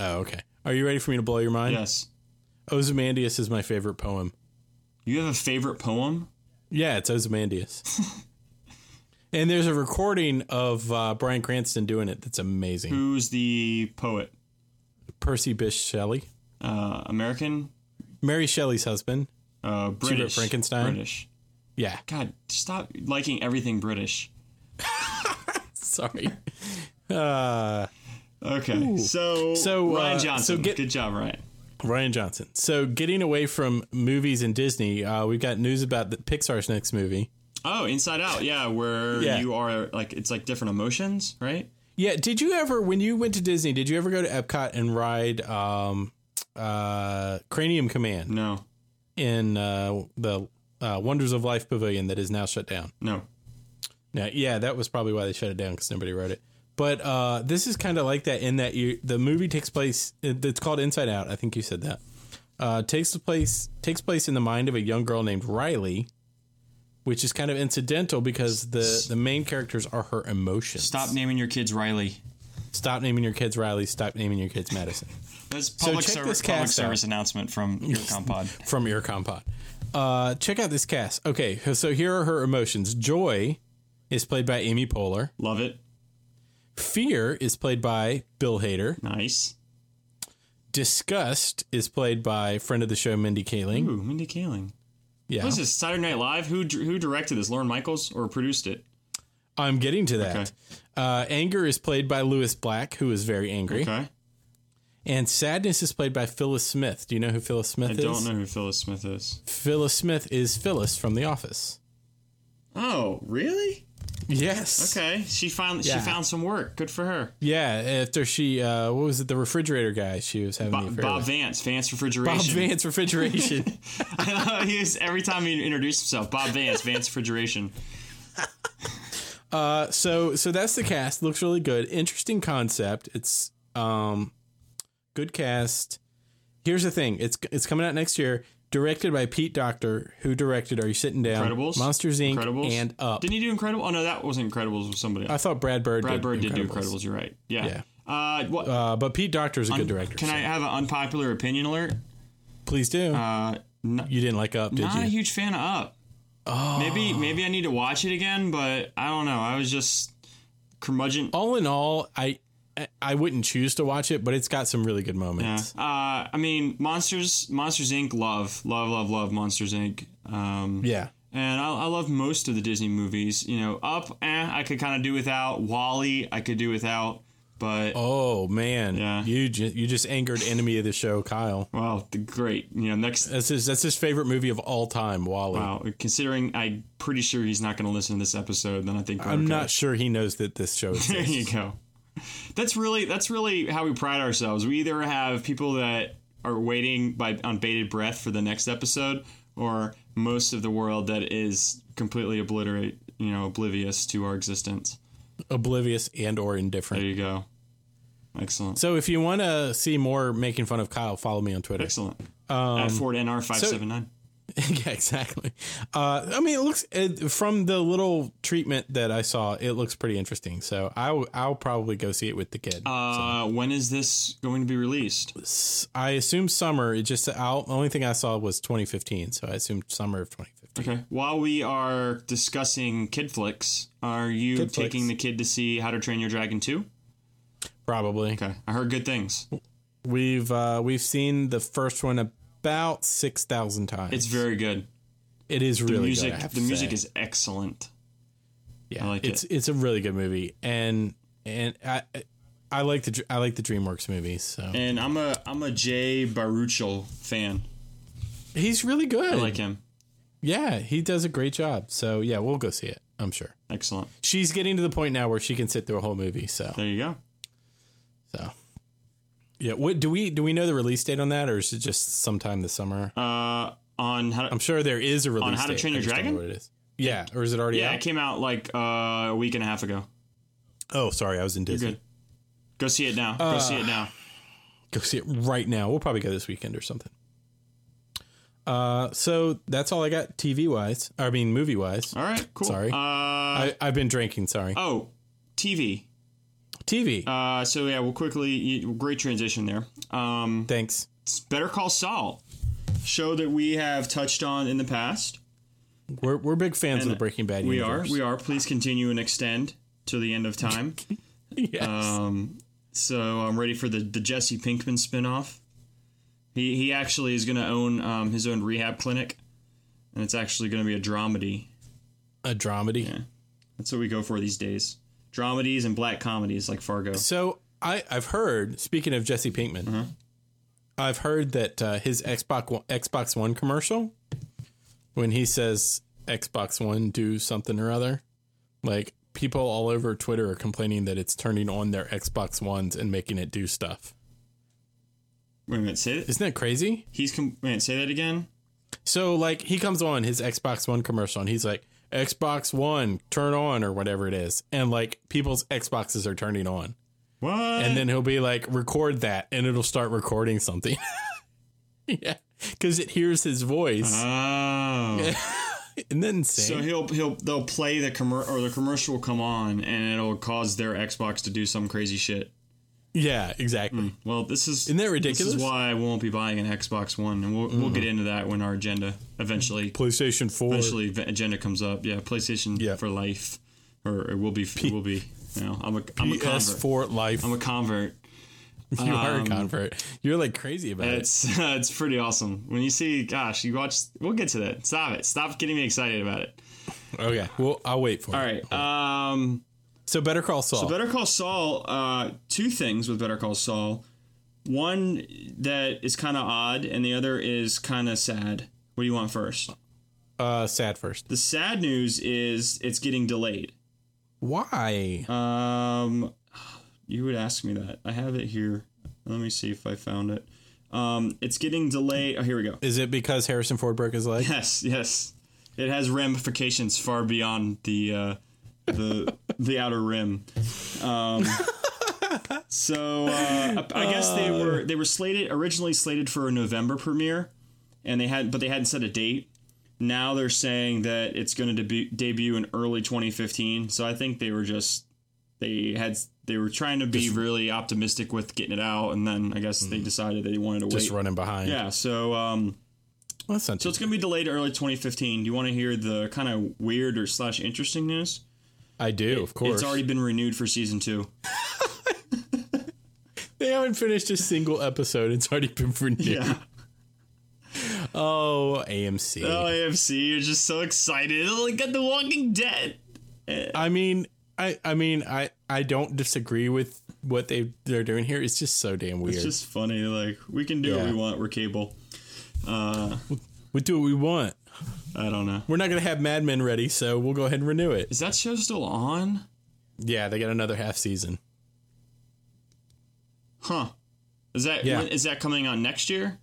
S1: Oh, okay. Are you ready for me to blow your mind?
S2: Yes.
S1: Ozymandias is my favorite poem.
S2: You have a favorite poem?
S1: Yeah, it's
S2: <laughs>
S1: Ozymandias. and there's a recording of uh, Brian Cranston doing it that's amazing.
S2: Who's the poet?
S1: Percy Bysshe Shelley.
S2: Uh, American?
S1: Mary Shelley's husband.
S2: Uh, British.
S1: Frankenstein?
S2: British.
S1: Yeah, <laughs>
S2: God, stop liking everything British.
S1: sorry. uh,
S2: Okay. So,
S1: So,
S2: Ryan
S1: uh,
S2: Johnson.
S1: so get-
S2: Good job, Ryan.
S1: Ryan Johnson. So, getting away from movies and Disney, uh, we've got news about the Pixar's next movie.
S2: Oh, Inside Out. Yeah, where
S1: Yeah.
S2: you are like, it's like different emotions, right?
S1: Yeah. Did you ever, when you went to Disney, did you ever go to Epcot and ride um, uh, Cranium Command
S2: No,
S1: in uh, the uh, Wonders of Life Pavilion that is now shut down?
S2: no.
S1: Now, yeah, that was probably why they shut it down because nobody wrote it. But uh, this is kind of like that in that you the movie takes place. it- It's called Inside Out. I think you said that. Uh, takes place takes place in the mind of a young girl named Riley, which is kind of incidental because the the main characters are her emotions.
S2: Stop naming your kids Riley.
S1: Stop naming your kids Riley. Stop naming your kids Madison.
S2: That's public
S1: check
S2: service
S1: this
S2: public
S1: cast out.
S2: service
S1: <laughs>
S2: announcement from your compod.
S1: from your compot. Uh, check out this cast. Okay, so here are her emotions. Joy is played by Amy Poehler.
S2: Love it.
S1: Fear is played by Bill Hader.
S2: Nice.
S1: Disgust is played by friend of the show Mindy Kaling.
S2: Ooh, Mindy Kaling.
S1: Yeah,
S2: What is this? Saturday Night Live? Who dir- who directed this? Lauren Michaels or produced it?
S1: I'm getting to that.
S2: Okay.
S1: Uh, anger is played by Lewis Black, who is very angry,
S2: Okay.
S1: and sadness is played by Phyllis Smith. Do you know who Phyllis Smith
S2: I
S1: is?
S2: don't know who Phyllis Smith is.
S1: Phyllis Smith is Phyllis from The Office.
S2: Oh, really?
S1: Yes.
S2: Okay. She found
S1: Yeah.
S2: she found some work. Good for her.
S1: Yeah. After she, uh, what was it? The refrigerator guy she was having the
S2: Bob,
S1: affair
S2: Bob
S1: with.
S2: Vance, Vance
S1: Bob
S2: Refrigeration. <laughs>
S1: Vance refrigeration.
S2: he was, every time he introduced himself, Bob Vance, Vance Refrigeration.
S1: Uh, so so that's the cast. Looks really good. Interesting concept. It's um, good cast. Here's the thing. It's it's coming out next year. Directed by Pete Doctor, who directed Are You Sitting Down?
S2: Incredibles?
S1: Monsters Inc.
S2: Incredibles?
S1: and Up.
S2: Didn't he do Incredible? Oh no, that wasn't Incredibles. It was somebody
S1: I
S2: else.
S1: thought Brad Bird.
S2: Brad
S1: did
S2: Bird did do Incredibles. You're right. Yeah. Uh, what?
S1: Uh, but Pete Doctor is a good director.
S2: Can
S1: so
S2: I have an unpopular opinion alert?
S1: please do?
S2: Uh, n-
S1: you didn't like Up, did
S2: not a
S1: you?
S2: huge fan of Up.
S1: Oh.
S2: Maybe maybe I need to watch it again, but I don't know. I was just curmudgeon. Uh,
S1: all in all, I I wouldn't choose to watch it, but it's got some really good
S2: Yeah.
S1: moments.
S2: Uh, I mean, Monsters, Monsters Inc. Love, love, love, love Monsters Inc. Um,
S1: Yeah.
S2: And I, I love most of the Disney movies. You know, Up, eh, I could kind of do without. Wally, I could do without. But
S1: Oh man,
S2: Yeah.
S1: you ju- you just angered enemy of the show, Kyle.
S2: wow, the great. You know, next.
S1: That's his that's his favorite movie of all time, Wally.
S2: Wow, considering I'm pretty sure he's not going to listen to this episode, then I think we're
S1: I'm
S2: okay.
S1: not sure he knows that this show is
S2: <laughs> There you go. That's really that's really how we pride ourselves. We either have people that are waiting by on bated breath for the next episode, or most of the world that is completely obliterate, you know, oblivious to our existence.
S1: oblivious and or
S2: There
S1: indifferent.
S2: you go. Excellent.
S1: So if you want to see more making fun of Kyle, follow me on Twitter.
S2: Excellent. At Ford NR five seven nine.
S1: <laughs> yeah, exactly. Uh, I mean, it looks it, from the little treatment that I saw, it looks pretty interesting. So I w- I'll probably go see it with the kid.
S2: Uh, when is this going to be released?
S1: I assume summer. It just I'll, the only thing I saw was 2015, so I assume summer of 2015.
S2: Okay. While we are discussing kid flicks, are you
S1: Kid flicks.
S2: taking the kid to see How to Train Your Dragon two?
S1: Probably.
S2: Okay, I heard good things.
S1: We've uh, we've seen the first one about six thousand times.
S2: It's very good.
S1: it is really
S2: the
S1: good,
S2: music
S1: I have
S2: the
S1: to
S2: music
S1: say.
S2: is excellent
S1: Yeah,
S2: I like
S1: it's it's a really good movie, and and I I like the Dr- I like the DreamWorks movies. So
S2: and i'm a i'm a jay baruchel fan
S1: he's really good.
S2: i like him
S1: yeah, he does a great job. So yeah, we'll go see it. I'm sure
S2: excellent
S1: she's getting to the point now where she can sit through a whole movie. So
S2: there you go
S1: so yeah, what do we do? We know the release date on that, or is it just sometime this summer?
S2: uh on how to,
S1: I'm sure there is a release
S2: How to
S1: date.
S2: Train
S1: I
S2: Your
S1: just don't know
S2: Dragon?
S1: What it is? Yeah, or is it already
S2: yeah it
S1: out?
S2: came out like uh, a week and a half ago
S1: Oh, sorry, I was in Disney.
S2: good go see it now go
S1: Uh,
S2: see it now
S1: go see it right now. We'll probably go this weekend or something. Uh, so that's all I got TV wise. I mean, movie wise.
S2: all right cool
S1: sorry.
S2: uh
S1: I, I've been drinking. Sorry.
S2: oh tv
S1: TV.
S2: uh so yeah we'll quickly you- great transition there um
S1: Thanks.
S2: it's better call saul show that we have touched on in the past
S1: We're, we're big fans of
S2: and
S1: the Breaking Bad.
S2: we are we are please continue and extend to the end
S1: <laughs>
S2: of time
S1: yes.
S2: Um, so I'm ready for the, the Jesse Pinkman spinoff. He he actually is going to own um, his own rehab clinic, and it's actually going to be a dramedy. Uh,
S1: a dramedy.
S2: That's what we go for these days: dramedies and black comedies like Fargo.
S1: So I I've heard. Speaking of Jesse Pinkman, I've heard that uh, his Xbox One- Xbox One commercial, when he says Xbox One do something or other, like people all over Twitter are complaining that it's turning on their Xbox Ones and making it do stuff.
S2: Wait a minute, say that.
S1: Isn't that crazy?
S2: He's com- wait, say that again.
S1: So like he comes on his Xbox One commercial and he's like Xbox One turn on or whatever it is, and like people's Xboxes are turning on,
S2: What?
S1: and then he'll be like record that and it'll start recording something. <laughs> yeah, because it hears his voice.
S2: oh.
S1: Isn't that insane?
S2: Uh-huh. So he'll he'll they'll play the commer or the commercial will come on and it'll cause their Xbox to do some crazy shit.
S1: yeah, exactly.
S2: Well, this is
S1: Isn't that
S2: This
S1: ridiculous? Mm-hmm.
S2: is why I won't be buying an Xbox One, and we'll we'll get into that when our agenda eventually
S1: PlayStation Four.
S2: eventually v- agenda comes up. Yeah, PlayStation
S1: Yeah.
S2: for life, or it will be it will be. You know, I'm a I'm a convert.
S1: PS4 life.
S2: I'm a convert.
S1: <laughs> you are a convert. You're like crazy about it.
S2: It's <laughs> it's pretty awesome when you see. Gosh, you watch. We'll get to that. Stop it. Stop getting me excited about it.
S1: Okay. Well, I'll wait for
S2: All
S1: it.
S2: right. Um.
S1: So Better Call Saul.
S2: So Better Call Saul, uh, two things with Better Call Saul. One that is kind of odd, and the other is kind of sad. What do you want first?
S1: uh, sad first.
S2: The sad news is it's getting delayed.
S1: Why?
S2: Um, you would ask me that. I have it here. Let me see if I found it. Um, it's getting delayed. Oh, here we go.
S1: Is it because Harrison Ford broke his
S2: <laughs>
S1: leg?
S2: Yes, yes. It has ramifications far beyond the uh, the the outer rim. Um, so uh, I I guess they were they were slated originally slated for a November premiere, and they had but they hadn't set a date. Now they're saying that it's going to debu- debut in early 2015. So I think they were just they had they were trying to be really optimistic with getting it out, and then I guess they decided they wanted to
S1: Just
S2: wait.
S1: running behind.
S2: Yeah, so um,
S1: Well, that's not
S2: so it's going to be delayed to early 2015. Do you want to hear the kind of weird or slash interesting news?
S1: I do, of course.
S2: It's already been renewed for
S1: <laughs>
S2: season two.
S1: they haven't finished a single episode. It's already been
S2: <laughs>
S1: renewed. <laughs> Oh, AMC.
S2: Oh, AMC, you're just so excited. Oh, Look at The Walking Dead.
S1: I mean, I, I mean, I, I don't disagree with what they they're doing here. It's just so damn weird.
S2: It's just funny. Like, we can do what
S1: Yeah.
S2: we want. We're cable.
S1: we do what we want.
S2: I don't know.
S1: We're not gonna have Mad Men ready, so we'll go ahead and renew it.
S2: Is that show still on?
S1: Yeah, they got another half season.
S2: Huh. Is that
S1: Yeah.
S2: when- is that coming on next year?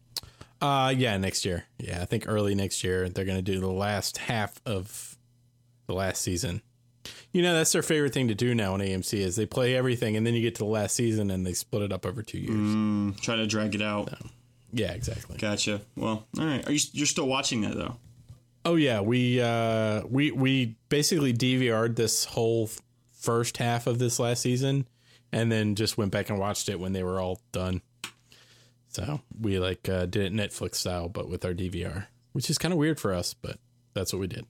S1: Uh yeah, next year. Yeah, I think early next year they're going to do the last half of the last season. You know, that's their favorite thing to do now on AMC is they play everything and then you get to the last season and they split it up over 2 years.
S2: Mm. Hmm, Try to drag it out.
S1: Yeah, exactly.
S2: Gotcha. Well, all right. Are you you're still watching that though?
S1: Oh yeah, we uh we we basically DVR'd this whole f- first half of this last season and then just went back and watched it when they were all done. So, we like uh did it Netflix style but with our DVR, which is kind of weird for us, but that's what we did.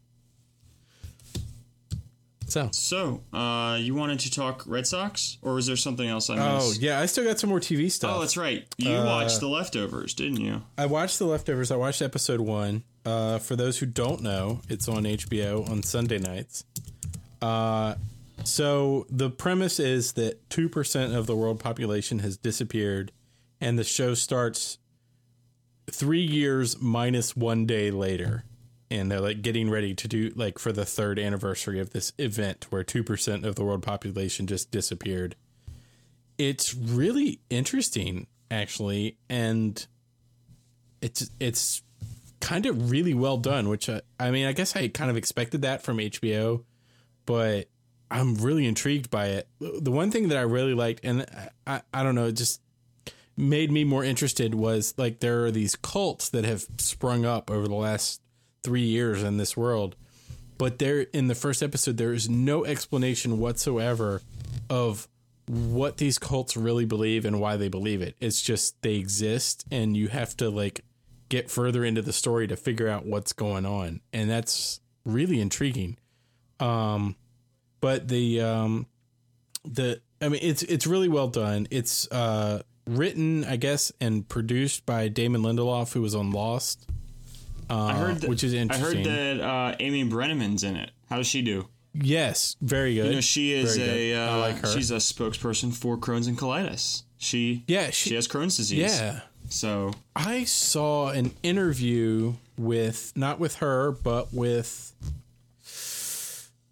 S1: So,
S2: So, uh, you wanted to talk Red Sox, or was there something else I missed?
S1: oh Uh, yeah, I still got some more TV stuff.
S2: Oh, that's right. You watched The Leftovers, didn't you?
S1: I watched The Leftovers. I watched episode one. Uh, for those who don't know, it's on HBO on Sunday nights. Uh, so the premise is that 2% of the world population has disappeared, and the show starts three years minus one day later. And they're like getting ready to do like for the third anniversary of this event where 2% of the world population just disappeared. It's really interesting, actually. And it's it's kind of really well done which I, I mean i guess i kind of expected that from hbo but i'm really intrigued by it the one thing that i really liked and i, I, I don't know it just made me more interested was like there are these cults that have sprung up over the last three years in this world but there in the first episode there is no explanation whatsoever of what these cults really believe and why they believe it it's just they exist and you have to like get further into the story to figure out what's going on and that's really intriguing um but the um the i mean it's it's really well done it's uh written i guess and produced by damon lindelof who was on lost uh,
S2: I heard that,
S1: which is
S2: I
S1: interesting
S2: heard that uh, Amy Brenneman's in it. How does she do?
S1: Yes, very good.
S2: You know, she is
S1: Very
S2: a
S1: good.
S2: uh,
S1: I like her.
S2: she's a spokesperson for Crohn's and colitis. She
S1: yeah, she,
S2: she has Crohn's disease.
S1: yeah.
S2: So
S1: I saw an interview with not with her, but with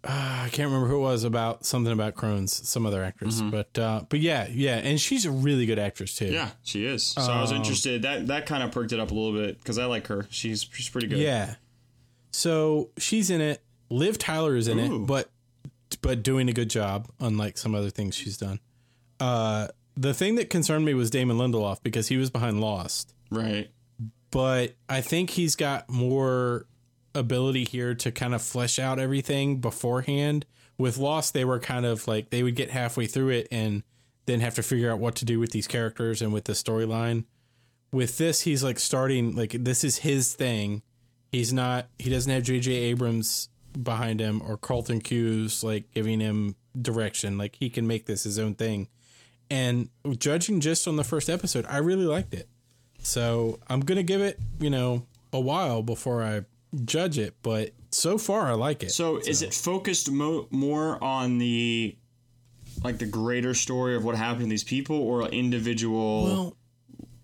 S1: uh, I can't remember who it was about something about Crohn's, some other actress, but uh, but yeah, yeah, and she's a really good actress too.
S2: Mm-hmm. Yeah, she is. So I
S1: Um,
S2: was interested. That that kind of perked it up a little bit because I like her. She's she's pretty good.
S1: Yeah. So she's in it. Liv Tyler is in
S2: Ooh.
S1: it, but but doing a good job, unlike some other things she's done. Uh, the thing that concerned me was Damon Lindelof because he was behind Lost,
S2: Right.
S1: but I think he's got more ability here to kind of flesh out everything beforehand. With Lost, they were kind of like they would get halfway through it and then have to figure out what to do with these characters and with the storyline. With this, he's like starting like this is his thing. He's not he doesn't have JJ Abrams behind him or Carlton Cuse like giving him direction. Like he can make this his own thing. And judging just on the first episode, I really liked it. So I'm gonna give it, you know, a while before I judge it, but so far I like it.
S2: So, is it focused mo- more on the like the greater story of what happened to these people or individual?
S1: well,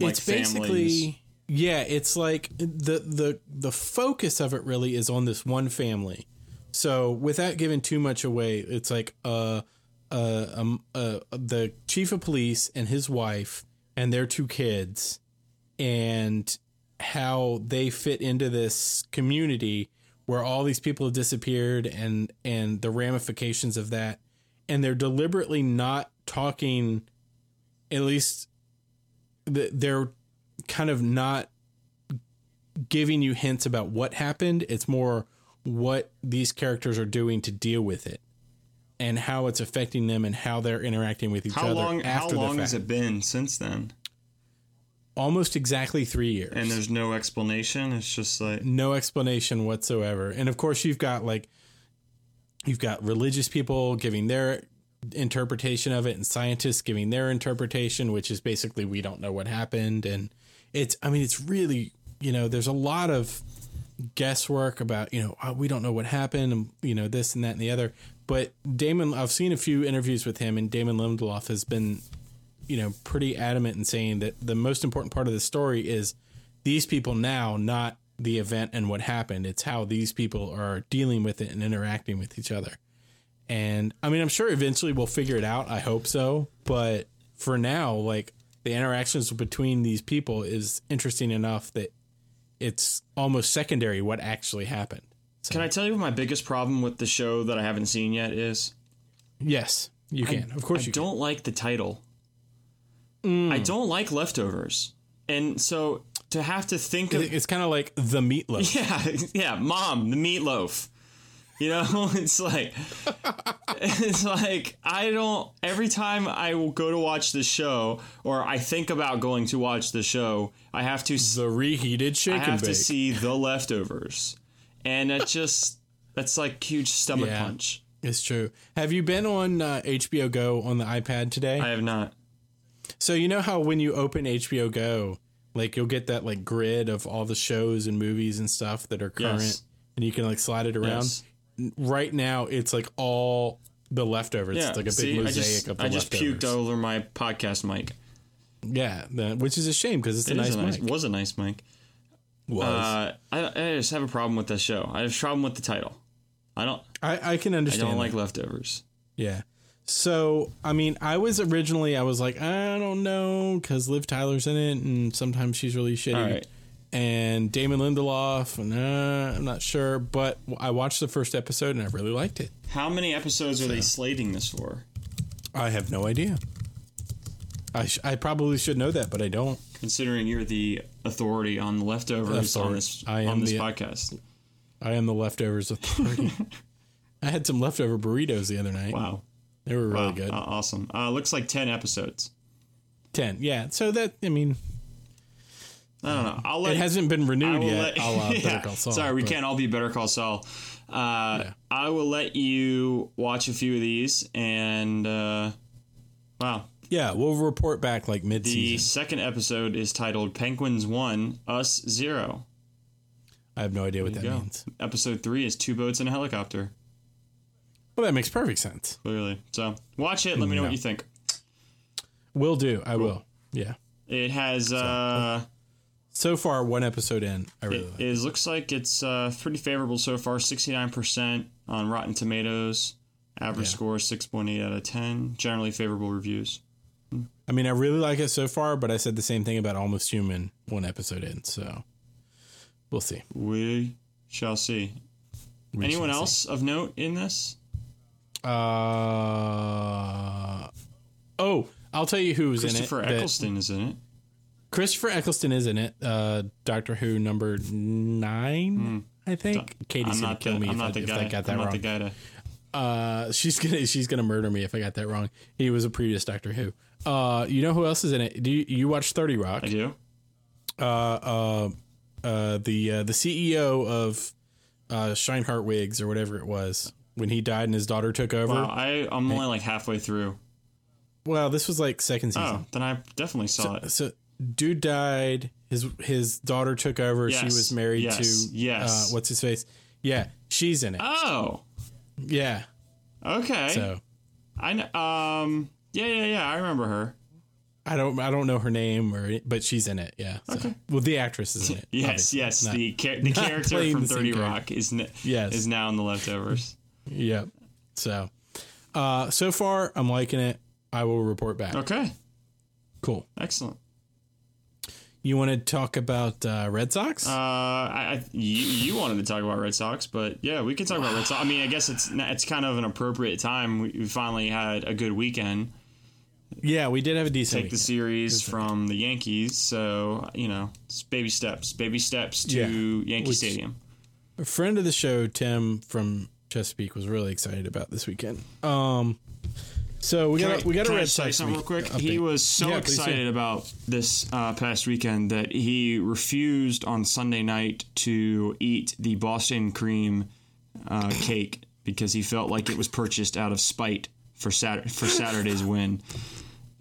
S2: like
S1: it's
S2: families?
S1: basically yeah, it's like the the the focus of it really is on this one family. So without giving too much away, it's like uh uh um uh the chief of police and his wife and their two kids and how they fit into this community where all these people have disappeared and and the ramifications of that and they're deliberately not talking at least th- they're kind of not giving you hints about what happened it's more what these characters are doing to deal with it and how it's affecting them and how they're interacting with each
S2: how
S1: other
S2: long? How
S1: after the
S2: long
S1: fact.
S2: has it been since then?
S1: almost exactly 3 years
S2: And there's no explanation. It's just like
S1: no explanation whatsoever. And of course, you've got like you've got religious people giving their interpretation of it and scientists giving their interpretation, which is basically we don't know what happened. And it's I mean, it's really you know, there's a lot of guesswork about you know "Oh, we don't know what happened and you know this and that and the other. But Damon, I've seen a few interviews with him, and Damon Lindelof has been you know pretty adamant in saying that the most important part of the story is these people now not the event and what happened it's how these people are dealing with it and interacting with each other and i mean i'm sure eventually we'll figure it out i hope so but for now like the interactions between these people is interesting enough that it's almost secondary what actually happened
S2: Can I tell you what my biggest problem with the show that I haven't seen yet is?
S1: yes you can of
S2: I
S1: course you can
S2: don't like the title.
S1: Mm.
S2: I don't like leftovers. And so to have to think of
S1: it's kind of like the meatloaf
S2: <laughs> yeah, yeah, mom, the meatloaf. You know, <laughs> it's like it's like I don't every time I will go to watch the show or I think about going to watch the show, I have to s-
S1: the reheated shake
S2: I
S1: and
S2: have
S1: bake
S2: to see the leftovers. And it just that's like huge stomach
S1: Yeah.
S2: punch.
S1: It's true. Have you been on uh, HBO Go on the iPad today?
S2: I have not.
S1: so you know how when you open HBO Go, like you'll get that like grid of all the shows and movies and stuff that are current,
S2: Yes.
S1: and you can like slide it around.
S2: Yes.
S1: Right now, it's like all the leftovers. it's like a big
S2: see,
S1: mosaic
S2: I just,
S1: of the
S2: I just
S1: leftovers.
S2: puked over my podcast mic.
S1: Yeah, that- which is a shame because it's a
S2: It
S1: nice,
S2: is a nice,
S1: mic.
S2: was a nice mic.
S1: Was.
S2: Uh, I, I just have a problem with that show. I have a problem with the title. I don't.
S1: I, I can
S2: I
S1: understand.
S2: don't
S1: that.
S2: like leftovers.
S1: Yeah. So, I mean, I was originally, I was like, I don't know, because Liv Tyler's in it, and sometimes she's really shitty.
S2: All right.
S1: And Damon Lindelof, and uh, I'm not sure, but I watched the first episode and I really liked it.
S2: How many episodes are they slating this for?
S1: I have no idea. I, sh- I probably should know that, but I don't.
S2: Considering you're the authority on the leftovers on
S1: Authority.
S2: this
S1: I am
S2: on this
S1: the-
S2: podcast.
S1: I am the leftovers
S2: <laughs>
S1: authority. I had some leftover burritos the other night.
S2: Wow,
S1: They were really
S2: Wow.
S1: good.
S2: Uh, awesome. Uh, looks like ten episodes.
S1: 10. Yeah. So that, I mean,
S2: I don't know. I'll let
S1: it hasn't been renewed
S2: will
S1: yet.
S2: let-
S1: a la
S2: <laughs> Yeah.
S1: Better Call Saul,
S2: Sorry, we
S1: but-
S2: can't all be Better Call Saul. Uh, I will let you watch a few of these, and uh, wow,
S1: Yeah. We'll report back like mid
S2: the
S1: season.
S2: second episode is titled "Penguins One, Us Zero.
S1: I have no idea what that
S2: Go.
S1: means.
S2: Episode three is two boats and a helicopter.
S1: Well, that makes perfect sense.
S2: Clearly, so watch it. Let me know
S1: No.
S2: what you think.
S1: Will do. I will. Yeah.
S2: It has uh,
S1: So far, one episode in, I really like.
S2: It is, looks like it's uh, pretty favorable so far. Sixty nine percent on Rotten Tomatoes. Average
S1: Yeah.
S2: score six point eight out of ten. Generally favorable reviews.
S1: I mean, I really like it so far, but I said the same thing about Almost Human one episode in, so we'll see.
S2: We shall see.
S1: We
S2: Anyone
S1: shall see.
S2: else of note in this?
S1: Uh, oh, I'll tell you who's in it.
S2: Christopher
S1: that-
S2: Eccleston is in it.
S1: Christopher Eccleston is in it. Uh, Doctor Who number nine, I think. Katie's
S2: Hmm.
S1: gonna
S2: I'm not the,
S1: kill me
S2: I'm
S1: if,
S2: not
S1: I,
S2: the
S1: if
S2: guy.
S1: I got that
S2: I'm not the
S1: wrong.
S2: guy to.
S1: Uh, she's <laughs> gonna she's gonna murder me if I got that wrong. He was a previous Doctor Who. Uh, you know who else is in it? Do you, you watch Thirty Rock?
S2: I do.
S1: uh, uh, the uh, the CEO of uh, Shineheart Wigs or whatever it was when he died and his daughter took over.
S2: Wow, I I'm only like halfway through.
S1: Well, this was like second season.
S2: Oh, then I definitely saw it.
S1: So dude died. His his daughter took over.
S2: Yes,
S1: She was married
S2: yes,
S1: to
S2: yes.
S1: Uh, what's his face? Yeah, she's in it.
S2: Oh,
S1: yeah.
S2: okay.
S1: So
S2: I kn- um yeah yeah yeah I remember her.
S1: I don't I don't know her name or it- but she's in it. Yeah. So.
S2: Okay.
S1: Well, the actress is in it.
S2: <laughs> Yes,
S1: obviously. <laughs>
S2: yes.
S1: Not-
S2: the char- the character
S1: playing
S2: from
S1: the same
S2: Thirty
S1: character.
S2: Rock is n-
S1: Yes.
S2: is now in the leftovers.
S1: yeah. So uh, so far I'm liking it. I will report back.
S2: Okay,
S1: Cool.
S2: excellent.
S1: You want to talk about uh, Red Sox?
S2: Uh, I, I you, you wanted to talk about Red Sox, but yeah, we can talk about Red Sox. I mean, I guess it's n- it's kind of an appropriate time. We, we finally had a good weekend.
S1: yeah, we did have a decent.
S2: Take the
S1: weekend.
S2: series from the Yankees, so you know, it's baby steps, baby steps to
S1: Yeah.
S2: Yankee
S1: Which-
S2: Stadium.
S1: a friend of the show, Tim from Chesapeake, was really excited about this weekend. Um, so we got
S2: Can
S1: a- we got a
S2: can
S1: Red
S2: say
S1: Sox
S2: something
S1: week-
S2: real quick.
S1: update.
S2: He was so
S1: Yeah, please do.
S2: excited about this uh, past weekend that he refused on Sunday night to eat the Boston cream uh, cake because he felt like it was purchased out of spite for Sat- for Saturday's win.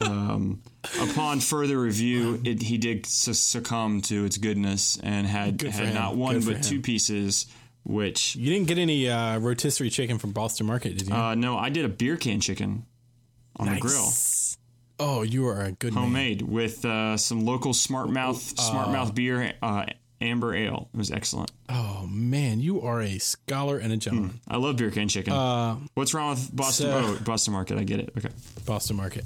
S2: Um, upon further review, it, he did su- succumb to its goodness and had
S1: for
S2: had
S1: him.
S2: not one
S1: Good for
S2: but two pieces. Which
S1: You didn't get any uh, rotisserie chicken from Boston Market, did you?
S2: uh, no, I did a beer can chicken on the grill.
S1: Nice. Oh, you are a good man.
S2: homemade with uh, some local smart mouth smart mouth beer uh, amber ale it was excellent
S1: Oh man, you are a scholar and a gentleman.
S2: i love beer can chicken what's wrong with boston
S1: Uh, so-
S2: oh, boston market i get it okay
S1: Boston Market.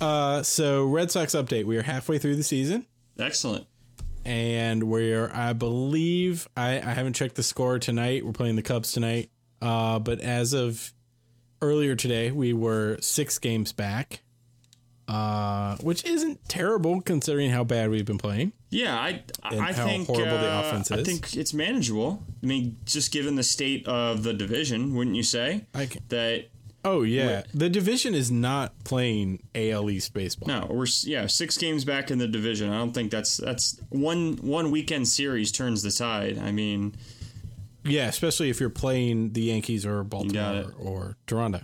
S1: Uh, so Red Sox update: We are halfway through the season.
S2: excellent
S1: and we're I believe I, I haven't checked the score tonight. We're playing the Cubs tonight. Uh, but as of earlier today, we were six games back. Uh, which isn't terrible considering how bad we've been playing.
S2: yeah i
S1: And
S2: i
S1: how
S2: think
S1: horrible the
S2: uh,
S1: offense
S2: i
S1: is.
S2: think it's manageable i mean just given the state of the division wouldn't you say
S1: I can,
S2: that
S1: oh yeah, the division is not playing AL East baseball.
S2: no we're s- yeah six games back in the division i don't think that's that's one one weekend series turns the tide i mean
S1: Yeah, especially if you're playing the Yankees or
S2: got
S1: Baltimore or Toronto.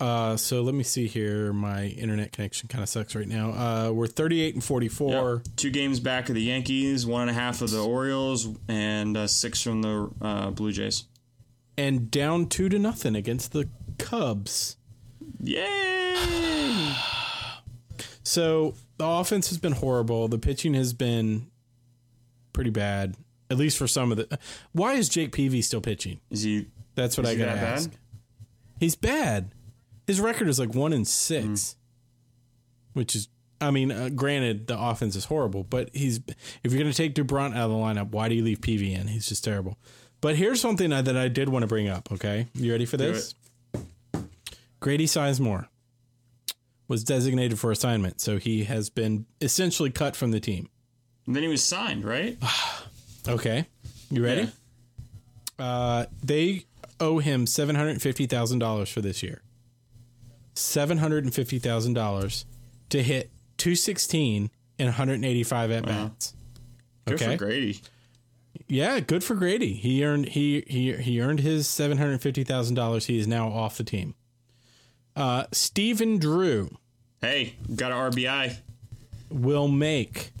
S1: Uh, so let me see here. My internet connection kind of sucks right now. Uh, we're 38 and 44.
S2: two games back of the Yankees, one and a half of the Orioles, and uh, six from the uh, Blue Jays.
S1: and down two to nothing against the Cubs.
S2: Yay!
S1: So the offense has been horrible. The pitching has been pretty bad, at least for some of the. Why is Jake Peavy still pitching?
S2: Is he?
S1: That's what
S2: Is
S1: I
S2: he
S1: gotta
S2: that bad?
S1: ask. He's bad. His record is like one in six, which is. I mean, uh, granted, the offense is horrible, but he's if you're going to take Dubront out of the lineup, why do you leave Peavy in? He's just terrible. But here's something I- that I did want to bring up. Okay, you ready for this? Grady Sizemore was designated for assignment, so he has been essentially cut from the team.
S2: And then he was signed, right?
S1: Okay, you ready? Uh, they owe him seven hundred fifty thousand dollars for this year. Seven hundred fifty thousand dollars to hit two sixteen and one hundred eighty five at bats.
S2: Good
S1: Okay.
S2: for Grady.
S1: Yeah, good for Grady. He earned he he he earned his seven hundred fifty thousand dollars. He is now off the team. Uh, Stephen Drew
S2: Hey, got an RBI.
S1: will make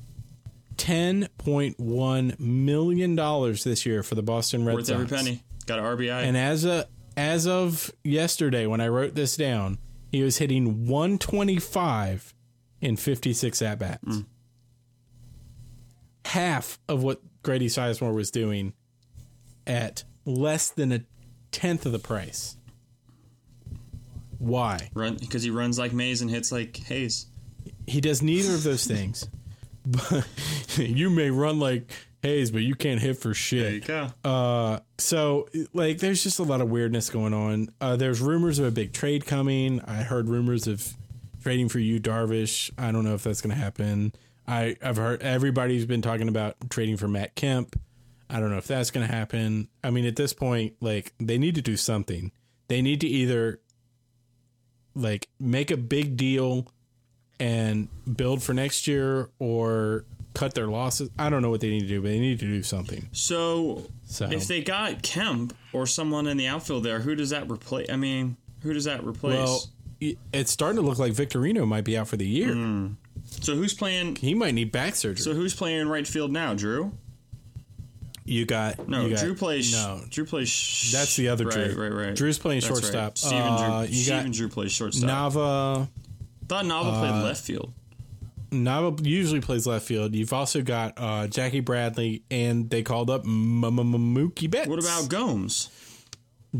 S1: $10.1 million this year for the Boston Red
S2: Worth
S1: Sox.
S2: every penny. Got an RBI.
S1: <laughs> And as a as of yesterday when I wrote this down, he was hitting 125 in 56 at bats. half of what Grady Sizemore was doing at less than a tenth of the price. Why?
S2: Run because he runs like Mays and hits like Hayes.
S1: He does neither of those things. <laughs> But you may run like Hayes, but you can't hit for
S2: There you
S1: shit.
S2: go.
S1: Uh, so like, there's just a lot of weirdness going on. Uh, there's rumors of a big trade coming. I heard rumors of trading for you, Darvish. I don't know if that's going to happen. I, I've heard everybody's been talking about trading for Matt Kemp. I don't know if that's going to happen. I mean, at this point, like they need to do something. They need to either like make a big deal and build for next year or cut their losses. I don't know what they need to do, but they need to do something.
S2: So,
S1: So
S2: if they got Kemp or someone in the outfield there, who does that replace? I mean, who does that replace?
S1: Well, it- it's starting to look like Victorino might be out for the year.
S2: so who's playing?
S1: He might need back surgery.
S2: Mm. So who's playing right field now? Drew?
S1: you got
S2: No,
S1: you got,
S2: Drew plays.
S1: No,
S2: Drew plays. sh-
S1: that's the other
S2: right,
S1: Drew.
S2: Right, right.
S1: Drew's playing
S2: That's right.
S1: shortstop.
S2: Steven
S1: Uh,
S2: Drew.
S1: you
S2: Steven
S1: got
S2: Drew plays shortstop.
S1: Nava.
S2: Thought Nava
S1: uh,
S2: played left field.
S1: Nava usually plays left field. You've also got uh, Jackie Bradley, and they called up M- M- M- Mookie Betts.
S2: What about Gomes?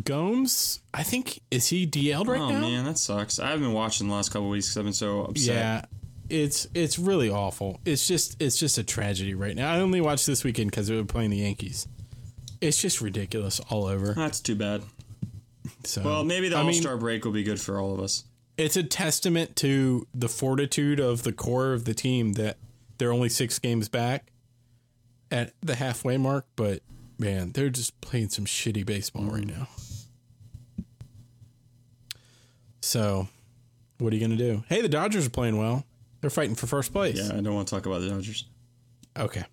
S1: Gomes? I think is he DL'd right
S2: Oh
S1: now?
S2: man, that sucks. I haven't been watching the last couple weeks because I've been so upset.
S1: Yeah. It's it's really awful. It's just it's just a tragedy right now. I only watched this weekend because we were playing the Yankees. It's just ridiculous all over.
S2: That's too bad.
S1: So
S2: Well, maybe the
S1: I
S2: All
S1: mean,
S2: Star break will be good for all of us.
S1: it's a testament to the fortitude of the core of the team that they're only six games back at the halfway mark. But man, they're just playing some shitty baseball right now. So, what are you gonna do? Hey, the Dodgers are playing well. They're fighting for first place.
S2: Yeah, I don't want to talk about the Dodgers.
S1: Okay.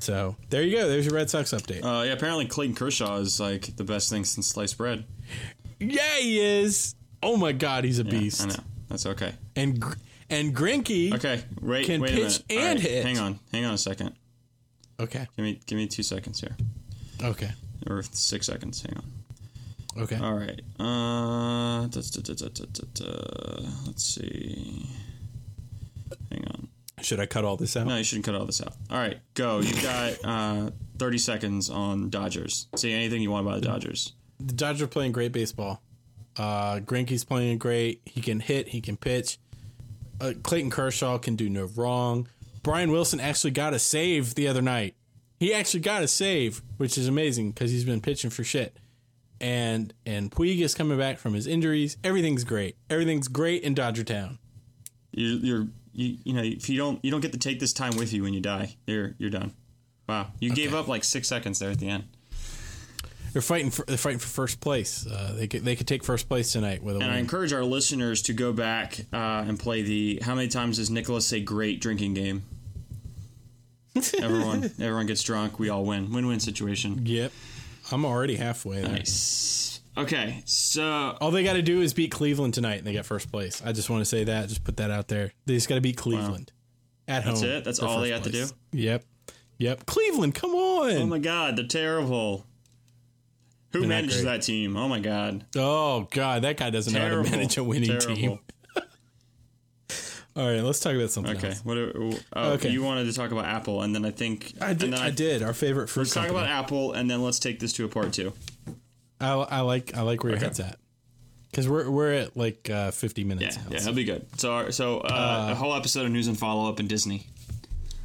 S1: So there you go. There's your Red Sox update.
S2: Uh, yeah, apparently Clayton Kershaw is like the best thing since sliced bread.
S1: yeah, he is. Oh my God, he's a beast.
S2: I know. That's okay.
S1: And Gr- and Grinky.
S2: Okay, wait,
S1: Can
S2: wait a
S1: pitch
S2: minute. All
S1: and hit.
S2: Hang on, hang on a second.
S1: Okay.
S2: Give me, give me two seconds here,
S1: Okay.
S2: or six seconds. Hang on.
S1: Okay.
S2: All right. Uh, da, da, da, da, da, da, da. let's see. Hang on.
S1: Should I cut all this out?
S2: No, you shouldn't cut all this out. All right, go. You got uh, 30 seconds on Dodgers. Say anything you want about the Dodgers.
S1: The Dodgers are playing great baseball. Uh, Grinky's playing great. He can hit. He can pitch. Uh, Clayton Kershaw can do no wrong. Brian Wilson actually got a save the other night. He actually got a save, which is amazing because he's been pitching for shit. And and Puig is coming back from his injuries. Everything's great. Everything's great in Dodger Town.
S2: You, you're, you, you know, if you don't, you don't get to take this time with you when you die. You're, you're done. Wow, you gave up like six seconds there at the end.
S1: They're fighting for they're fighting for first place. Uh, they could they could take first place tonight with a
S2: And I
S1: win.
S2: encourage our listeners to go back uh, and play the how many times does Nicholas say great
S1: <laughs>
S2: drinking game? everyone, everyone gets drunk. We all win. Win-win situation.
S1: Yep, I'm already halfway. There.
S2: Nice. Okay, so oh
S1: All they got to do is beat Cleveland tonight, and they get first place. I just want to say that. Just put that out there. They just got to beat Cleveland at home.
S2: it? That's
S1: for
S2: all they
S1: first
S2: got to
S1: place.
S2: do?
S1: Yep, yep. Cleveland, come
S2: Oh
S1: on!
S2: my god, they're terrible. Who
S1: not
S2: manages
S1: great.
S2: that team? Oh my god.
S1: Oh, god, that guy doesn't know
S2: Terrible.
S1: how to manage a winning
S2: Terrible.
S1: team. All right, let's talk about something
S2: <laughs> Okay.
S1: else.
S2: What are, oh,
S1: Okay.
S2: You wanted to talk about Apple and then I think
S1: I did.
S2: and then
S1: I, did. Our favorite fruit
S2: Let's talk
S1: company.
S2: about Apple and then let's take this to a part 2.
S1: I, I like. I like where your head's at. Because we're we're at like uh, fifty
S2: Yeah.
S1: minutes. now,
S2: Yeah,
S1: so-
S2: that'll be good. So our- so uh, a whole episode of news and follow up in Disney.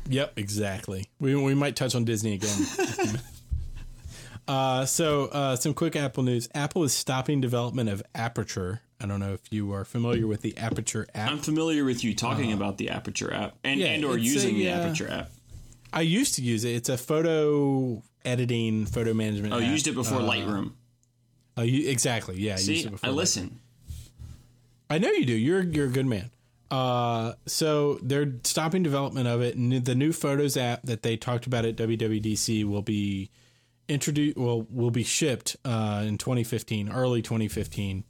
S1: Yep, exactly. We, we might touch on Disney again. uh, so, uh, some quick Apple news. Apple is stopping development of Aperture. I don't know if you are familiar with the Aperture app.
S2: I'm familiar with you talking about the Aperture app and
S1: Uh-huh. yeah,
S2: and or
S1: it's
S2: using
S1: a,
S2: the
S1: uh,
S2: Aperture app.
S1: I used to use it. It's a photo editing, photo management.
S2: Oh,
S1: app.
S2: you used it before Lightroom.
S1: Uh, you- exactly. Yeah. I used
S2: See,
S1: it before
S2: I
S1: that.
S2: listen.
S1: I know you do. You're you're a good man. Uh, so they're stopping development of it, and the new Photos app that they talked about at WWDC will be introduced. Well, will be shipped uh, in 2015, early 2015.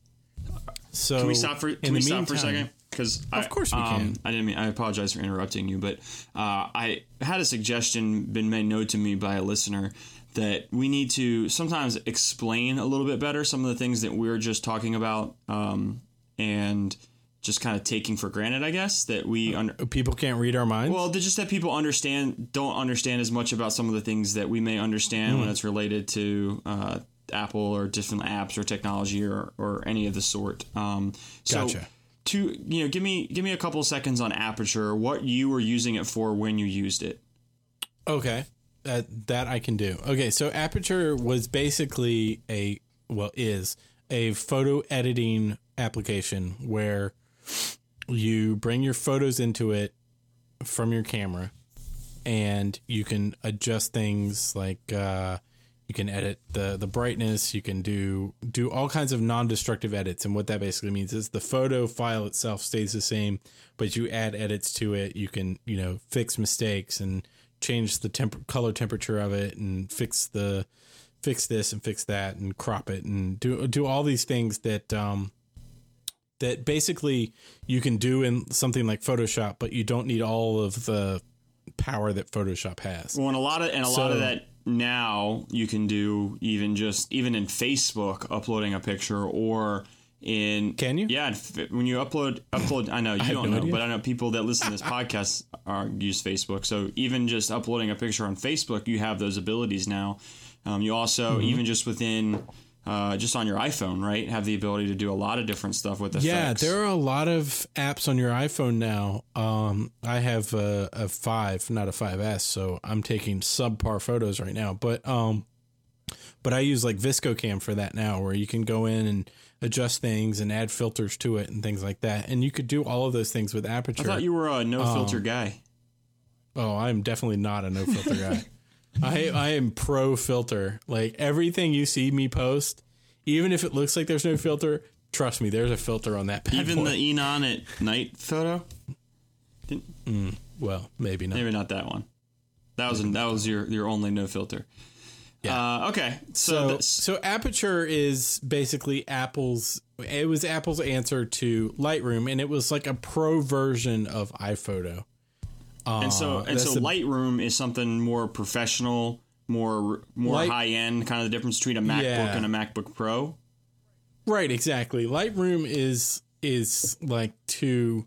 S1: So
S2: Can we stop for? Can we stop for a second? Because
S1: Of course we can.
S2: I didn't mean. I apologize for interrupting you, but uh, I had a suggestion been made known to me by a listener that we need to sometimes explain a little bit better some of the things that we're just talking about, um, and just kind of taking for granted, I guess, that we
S1: Uh-huh.
S2: under,
S1: People can't read our minds.
S2: well, th- just that people understand don't understand as much about some of the things that we may understand when it's related to uh, Apple or different apps or technology or, or any of the sort. Um, so
S1: Gotcha.
S2: To you know, give me give me a couple seconds on Aperture. What you were using it for when you used it?
S1: Okay. That that I can do. Okay, so Aperture was basically a well is a photo editing application where you bring your photos into it from your camera and you can adjust things like uh you can edit the the brightness, you can do do all kinds of non-destructive edits and what that basically means is the photo file itself stays the same, but you add edits to it. You can, you know, fix mistakes and change the temp- color temperature of it and fix the fix this and fix that and crop it and do do all these things that um that basically you can do in something like Photoshop, but you don't need all of the power that Photoshop has.
S2: Well, and a lot of and a lot
S1: So-
S2: of that now you can do even just even in Facebook uploading a picture or in
S1: Can you?
S2: Yeah, in fa- when you upload upload I
S1: <laughs>
S2: know you don't
S1: no
S2: know,
S1: idea.
S2: but I know people that listen to this podcast are use Facebook. So even just uploading a picture on Facebook, you have those abilities now. Um, you also
S1: Mm-hmm.
S2: even just within uh, just on your iPhone, right, have the ability to do a lot of different stuff with effects.
S1: Yeah, there are a lot of apps on your iPhone now. Um, I have a, a five, not a 5S, so I'm taking subpar photos right now. But um, but I use like ViscoCam for that now, where you can go in and adjust things and add filters to it and things like that. And you could do all of those things with
S2: I
S1: Aperture.
S2: thought you were a no
S1: Um,
S2: filter guy.
S1: Oh, I'm definitely not a no filter guy. <laughs> I I am pro filter. Like everything you see me post, even if it looks like there's no filter, trust me, there's a filter on that. bad
S2: Even
S1: boy.
S2: the Enon at night photo.
S1: well, maybe not.
S2: Maybe not that one. That was that was your your only no filter.
S1: Yeah.
S2: Uh, okay. So,
S1: So,
S2: that's
S1: so Aperture is basically Apple's. It was Apple's answer to Lightroom, and it was like a pro version of iPhoto.
S2: and so and
S1: uh, that's
S2: so
S1: the-
S2: Lightroom is something more professional, more more
S1: Light-
S2: high end. Kind of the difference between a MacBook
S1: Yeah.
S2: and a MacBook Pro.
S1: Right, exactly. Lightroom is is like to.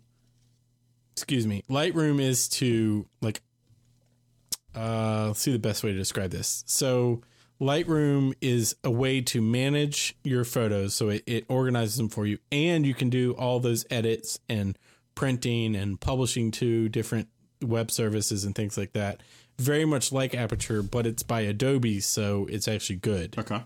S1: Excuse me. Lightroom is to like. Uh, let's see the best way to describe this. So, Lightroom is a way to manage your photos, so it, it organizes them for you, and you can do all those edits and printing and publishing to different web services and things like that. Very much like Aperture, but it's by Adobe, so it's actually good.
S2: Okay.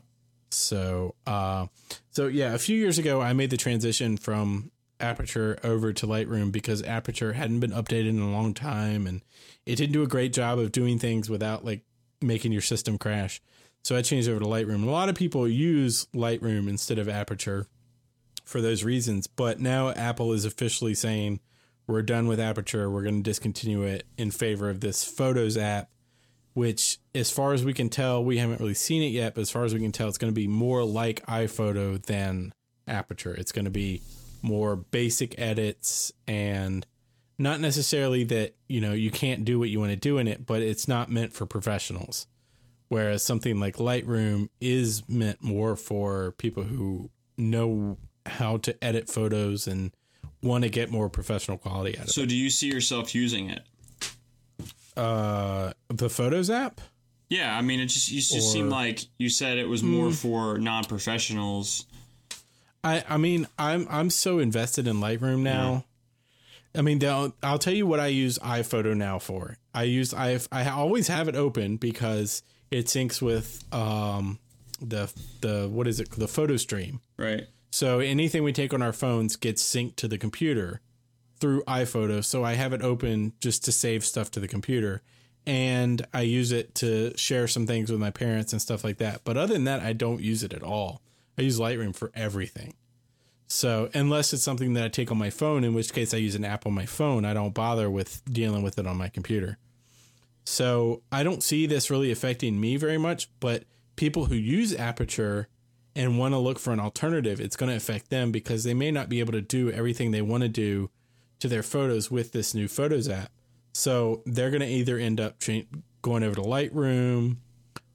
S1: So, uh, so yeah, a few years ago, I made the transition from Aperture over to Lightroom because Aperture hadn't been updated in a long time, and it didn't do a great job of doing things without like making your system crash. So I changed over to Lightroom. A lot of people use Lightroom instead of Aperture for those reasons, but now Apple is officially saying we're done with Aperture. We're going to discontinue it in favor of this Photos app which as far as we can tell we haven't really seen it yet but as far as we can tell it's going to be more like iphoto than aperture it's going to be more basic edits and not necessarily that you know you can't do what you want to do in it but it's not meant for professionals whereas something like lightroom is meant more for people who know how to edit photos and want to get more professional quality out of
S2: So do you see yourself using it?
S1: it uh the photos app
S2: Yeah, I mean, it just you just seemed
S1: Or- Hmm.
S2: like you said it was more for non professionals.
S1: I I mean I'm I'm so invested in Lightroom now. I mean, they'll- I'll tell you what I use iPhoto now for. I use I I always have it open because it syncs with um the the what is it the photo stream.
S2: Right.
S1: So anything we take on our phones gets synced to the computer through iPhoto. So I have it open just to save stuff to the computer. And I use it to share some things with my parents and stuff like that. But other than that, I don't use it at all. I use Lightroom for everything. So unless it's something that I take on my phone, in which case I use an app on my phone, I don't bother with dealing with it on my computer. So I don't see this really affecting me very much, but people who use Aperture and want to look for an alternative, it's going to affect them because they may not be able to do everything they want to do to their photos with this new Photos app. So they're going to either end up cha- going over to Lightroom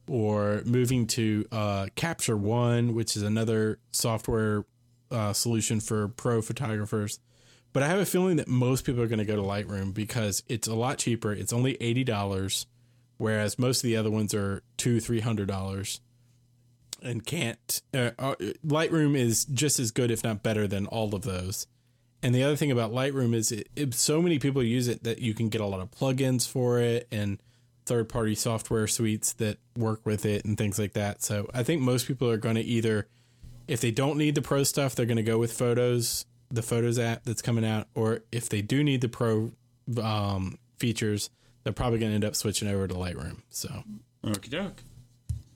S1: or moving to uh, Capture One, which is another software uh, solution for pro photographers. But I have a feeling that most people are going to go to Lightroom because it's a lot cheaper. It's only eighty dollars, whereas most of the other ones are two, three hundred dollars, and can't. Uh, uh, Lightroom is just as good, if not better, than all of those. And the other thing about Lightroom is, it, it, so many people use it that you can get a lot of plugins for it and third-party software suites that work with it and things like that. So I think most people are going to either, if they don't need the pro stuff, they're going to go with Photos the Photos app that's coming out, or if they do need the Pro um, features, they're probably going to end up switching over to Lightroom. So,
S2: Okie doke.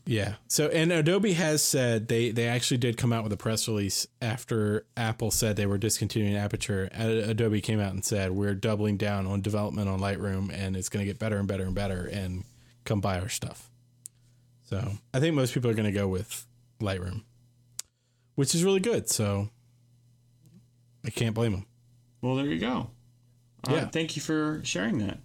S1: yeah. So, and Adobe has said they they actually did come out with a press release after Apple said they were discontinuing Aperture. A- Adobe came out and said we're doubling down on development on Lightroom, and it's going to get better and better and better, and come buy our stuff. So, I think most people are going to go with Lightroom, which is really good. So, I can't blame them.
S2: Well, there you go. Uh,
S1: Yeah.
S2: Thank you for sharing that.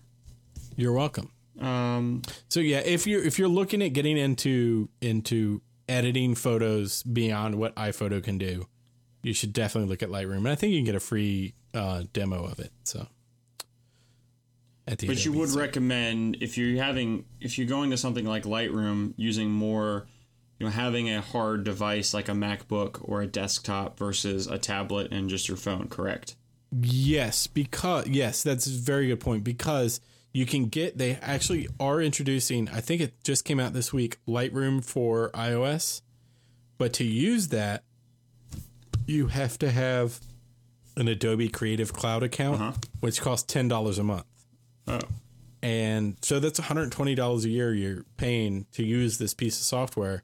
S1: You're welcome.
S2: Um,
S1: So yeah, if you're if you're looking at getting into into editing photos beyond what iPhoto can do, you should definitely look at Lightroom. And I think you can get a free uh, demo of it. So at the
S2: but you
S1: Adobe,
S2: would
S1: so-
S2: recommend if you're having if you're going to something like Lightroom, using more, you know, having a hard device like a MacBook or a desktop versus a tablet and just your phone. Correct.
S1: yes, because yes, that's a very good point because you can get they actually are introducing. I think it just came out this week. Lightroom for iOS, but to use that, you have to have an Adobe Creative Cloud account, which costs ten dollars a month.
S2: Oh,
S1: And so that's $120 a year you're paying to use this piece of software.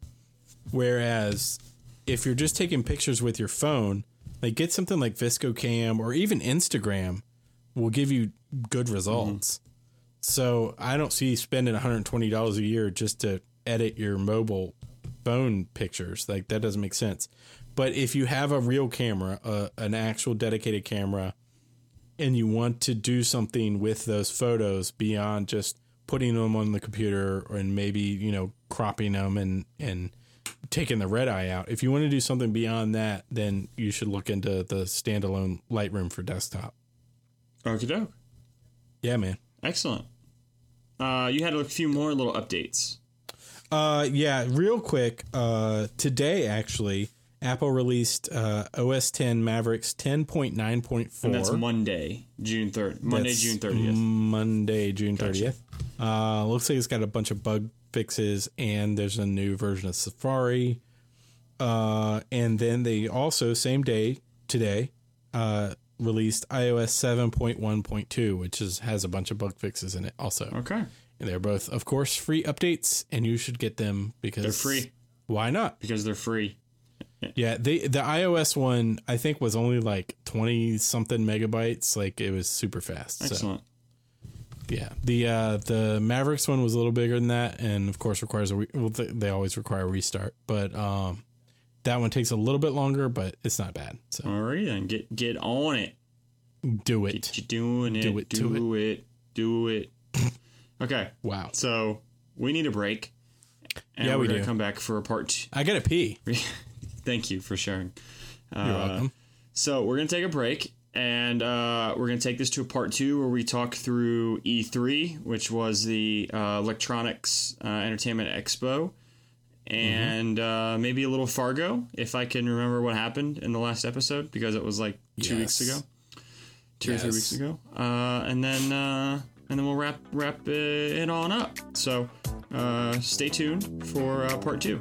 S1: Whereas if you're just taking pictures with your phone, like get something like ViscoCam or even Instagram will give you good results. So I don't see spending $120 a year just to edit your mobile phone pictures. Like that doesn't make sense. But if you have a real camera, uh, an actual dedicated camera, and you want to do something with those photos beyond just putting them on the computer or- and maybe you know cropping them and and taking the red eye out if you want to do something beyond that then you should look into the standalone lightroom for desktop
S2: okie doke.
S1: yeah man
S2: Excellent. Uh, you had a few more little updates.
S1: Uh, yeah, real quick. Uh, today actually, Apple released uh, OS 10 Mavericks 10.9.4.
S2: And that's Monday, June third. Monday,
S1: That's
S2: June thirtieth.
S1: Monday, June 30th. Uh, looks like it's got a bunch of bug fixes, and there's a new version of Safari. Uh, and then they also, same day today, uh, released iOS 7.1.2, which is, has a bunch of bug fixes in it also.
S2: Okay.
S1: And they're both, of course, free updates, and you should get them because
S2: They're free.
S1: Why not?
S2: Because they're free.
S1: Yeah, they the iOS one I think was only like twenty something megabytes. Like it was super fast. So
S2: Excellent.
S1: yeah, the uh, the Mavericks one was a little bigger than that, and of course requires a re- well, th- they always require a restart, but um, that one takes a little bit longer, but it's not bad. So
S2: All right, then get get on it.
S1: do
S2: Get
S1: it.
S2: you doing it.
S1: Do it to
S2: Do it. Do it. <laughs> okay,
S1: Wow,
S2: so we need a break. And
S1: Yeah,
S2: we're
S1: we
S2: gonna
S1: do.
S2: Come back for a part. Two. <laughs>
S1: I gotta pee. You're
S2: Thank you for sharing. Uh,
S1: welcome.
S2: So we're gonna take a break, and uh, we're gonna take this to a part two where we talk through E3, which was the uh, Electronics uh, Entertainment Expo,
S1: Mm-hmm.
S2: and uh, maybe a little Fargo, if I can remember what happened in the last episode because it was like two weeks
S1: Yes.
S2: ago, two or three
S1: Yes.
S2: weeks ago, uh, and then uh, and then we'll wrap wrap it on up. So uh, stay tuned for uh, part two.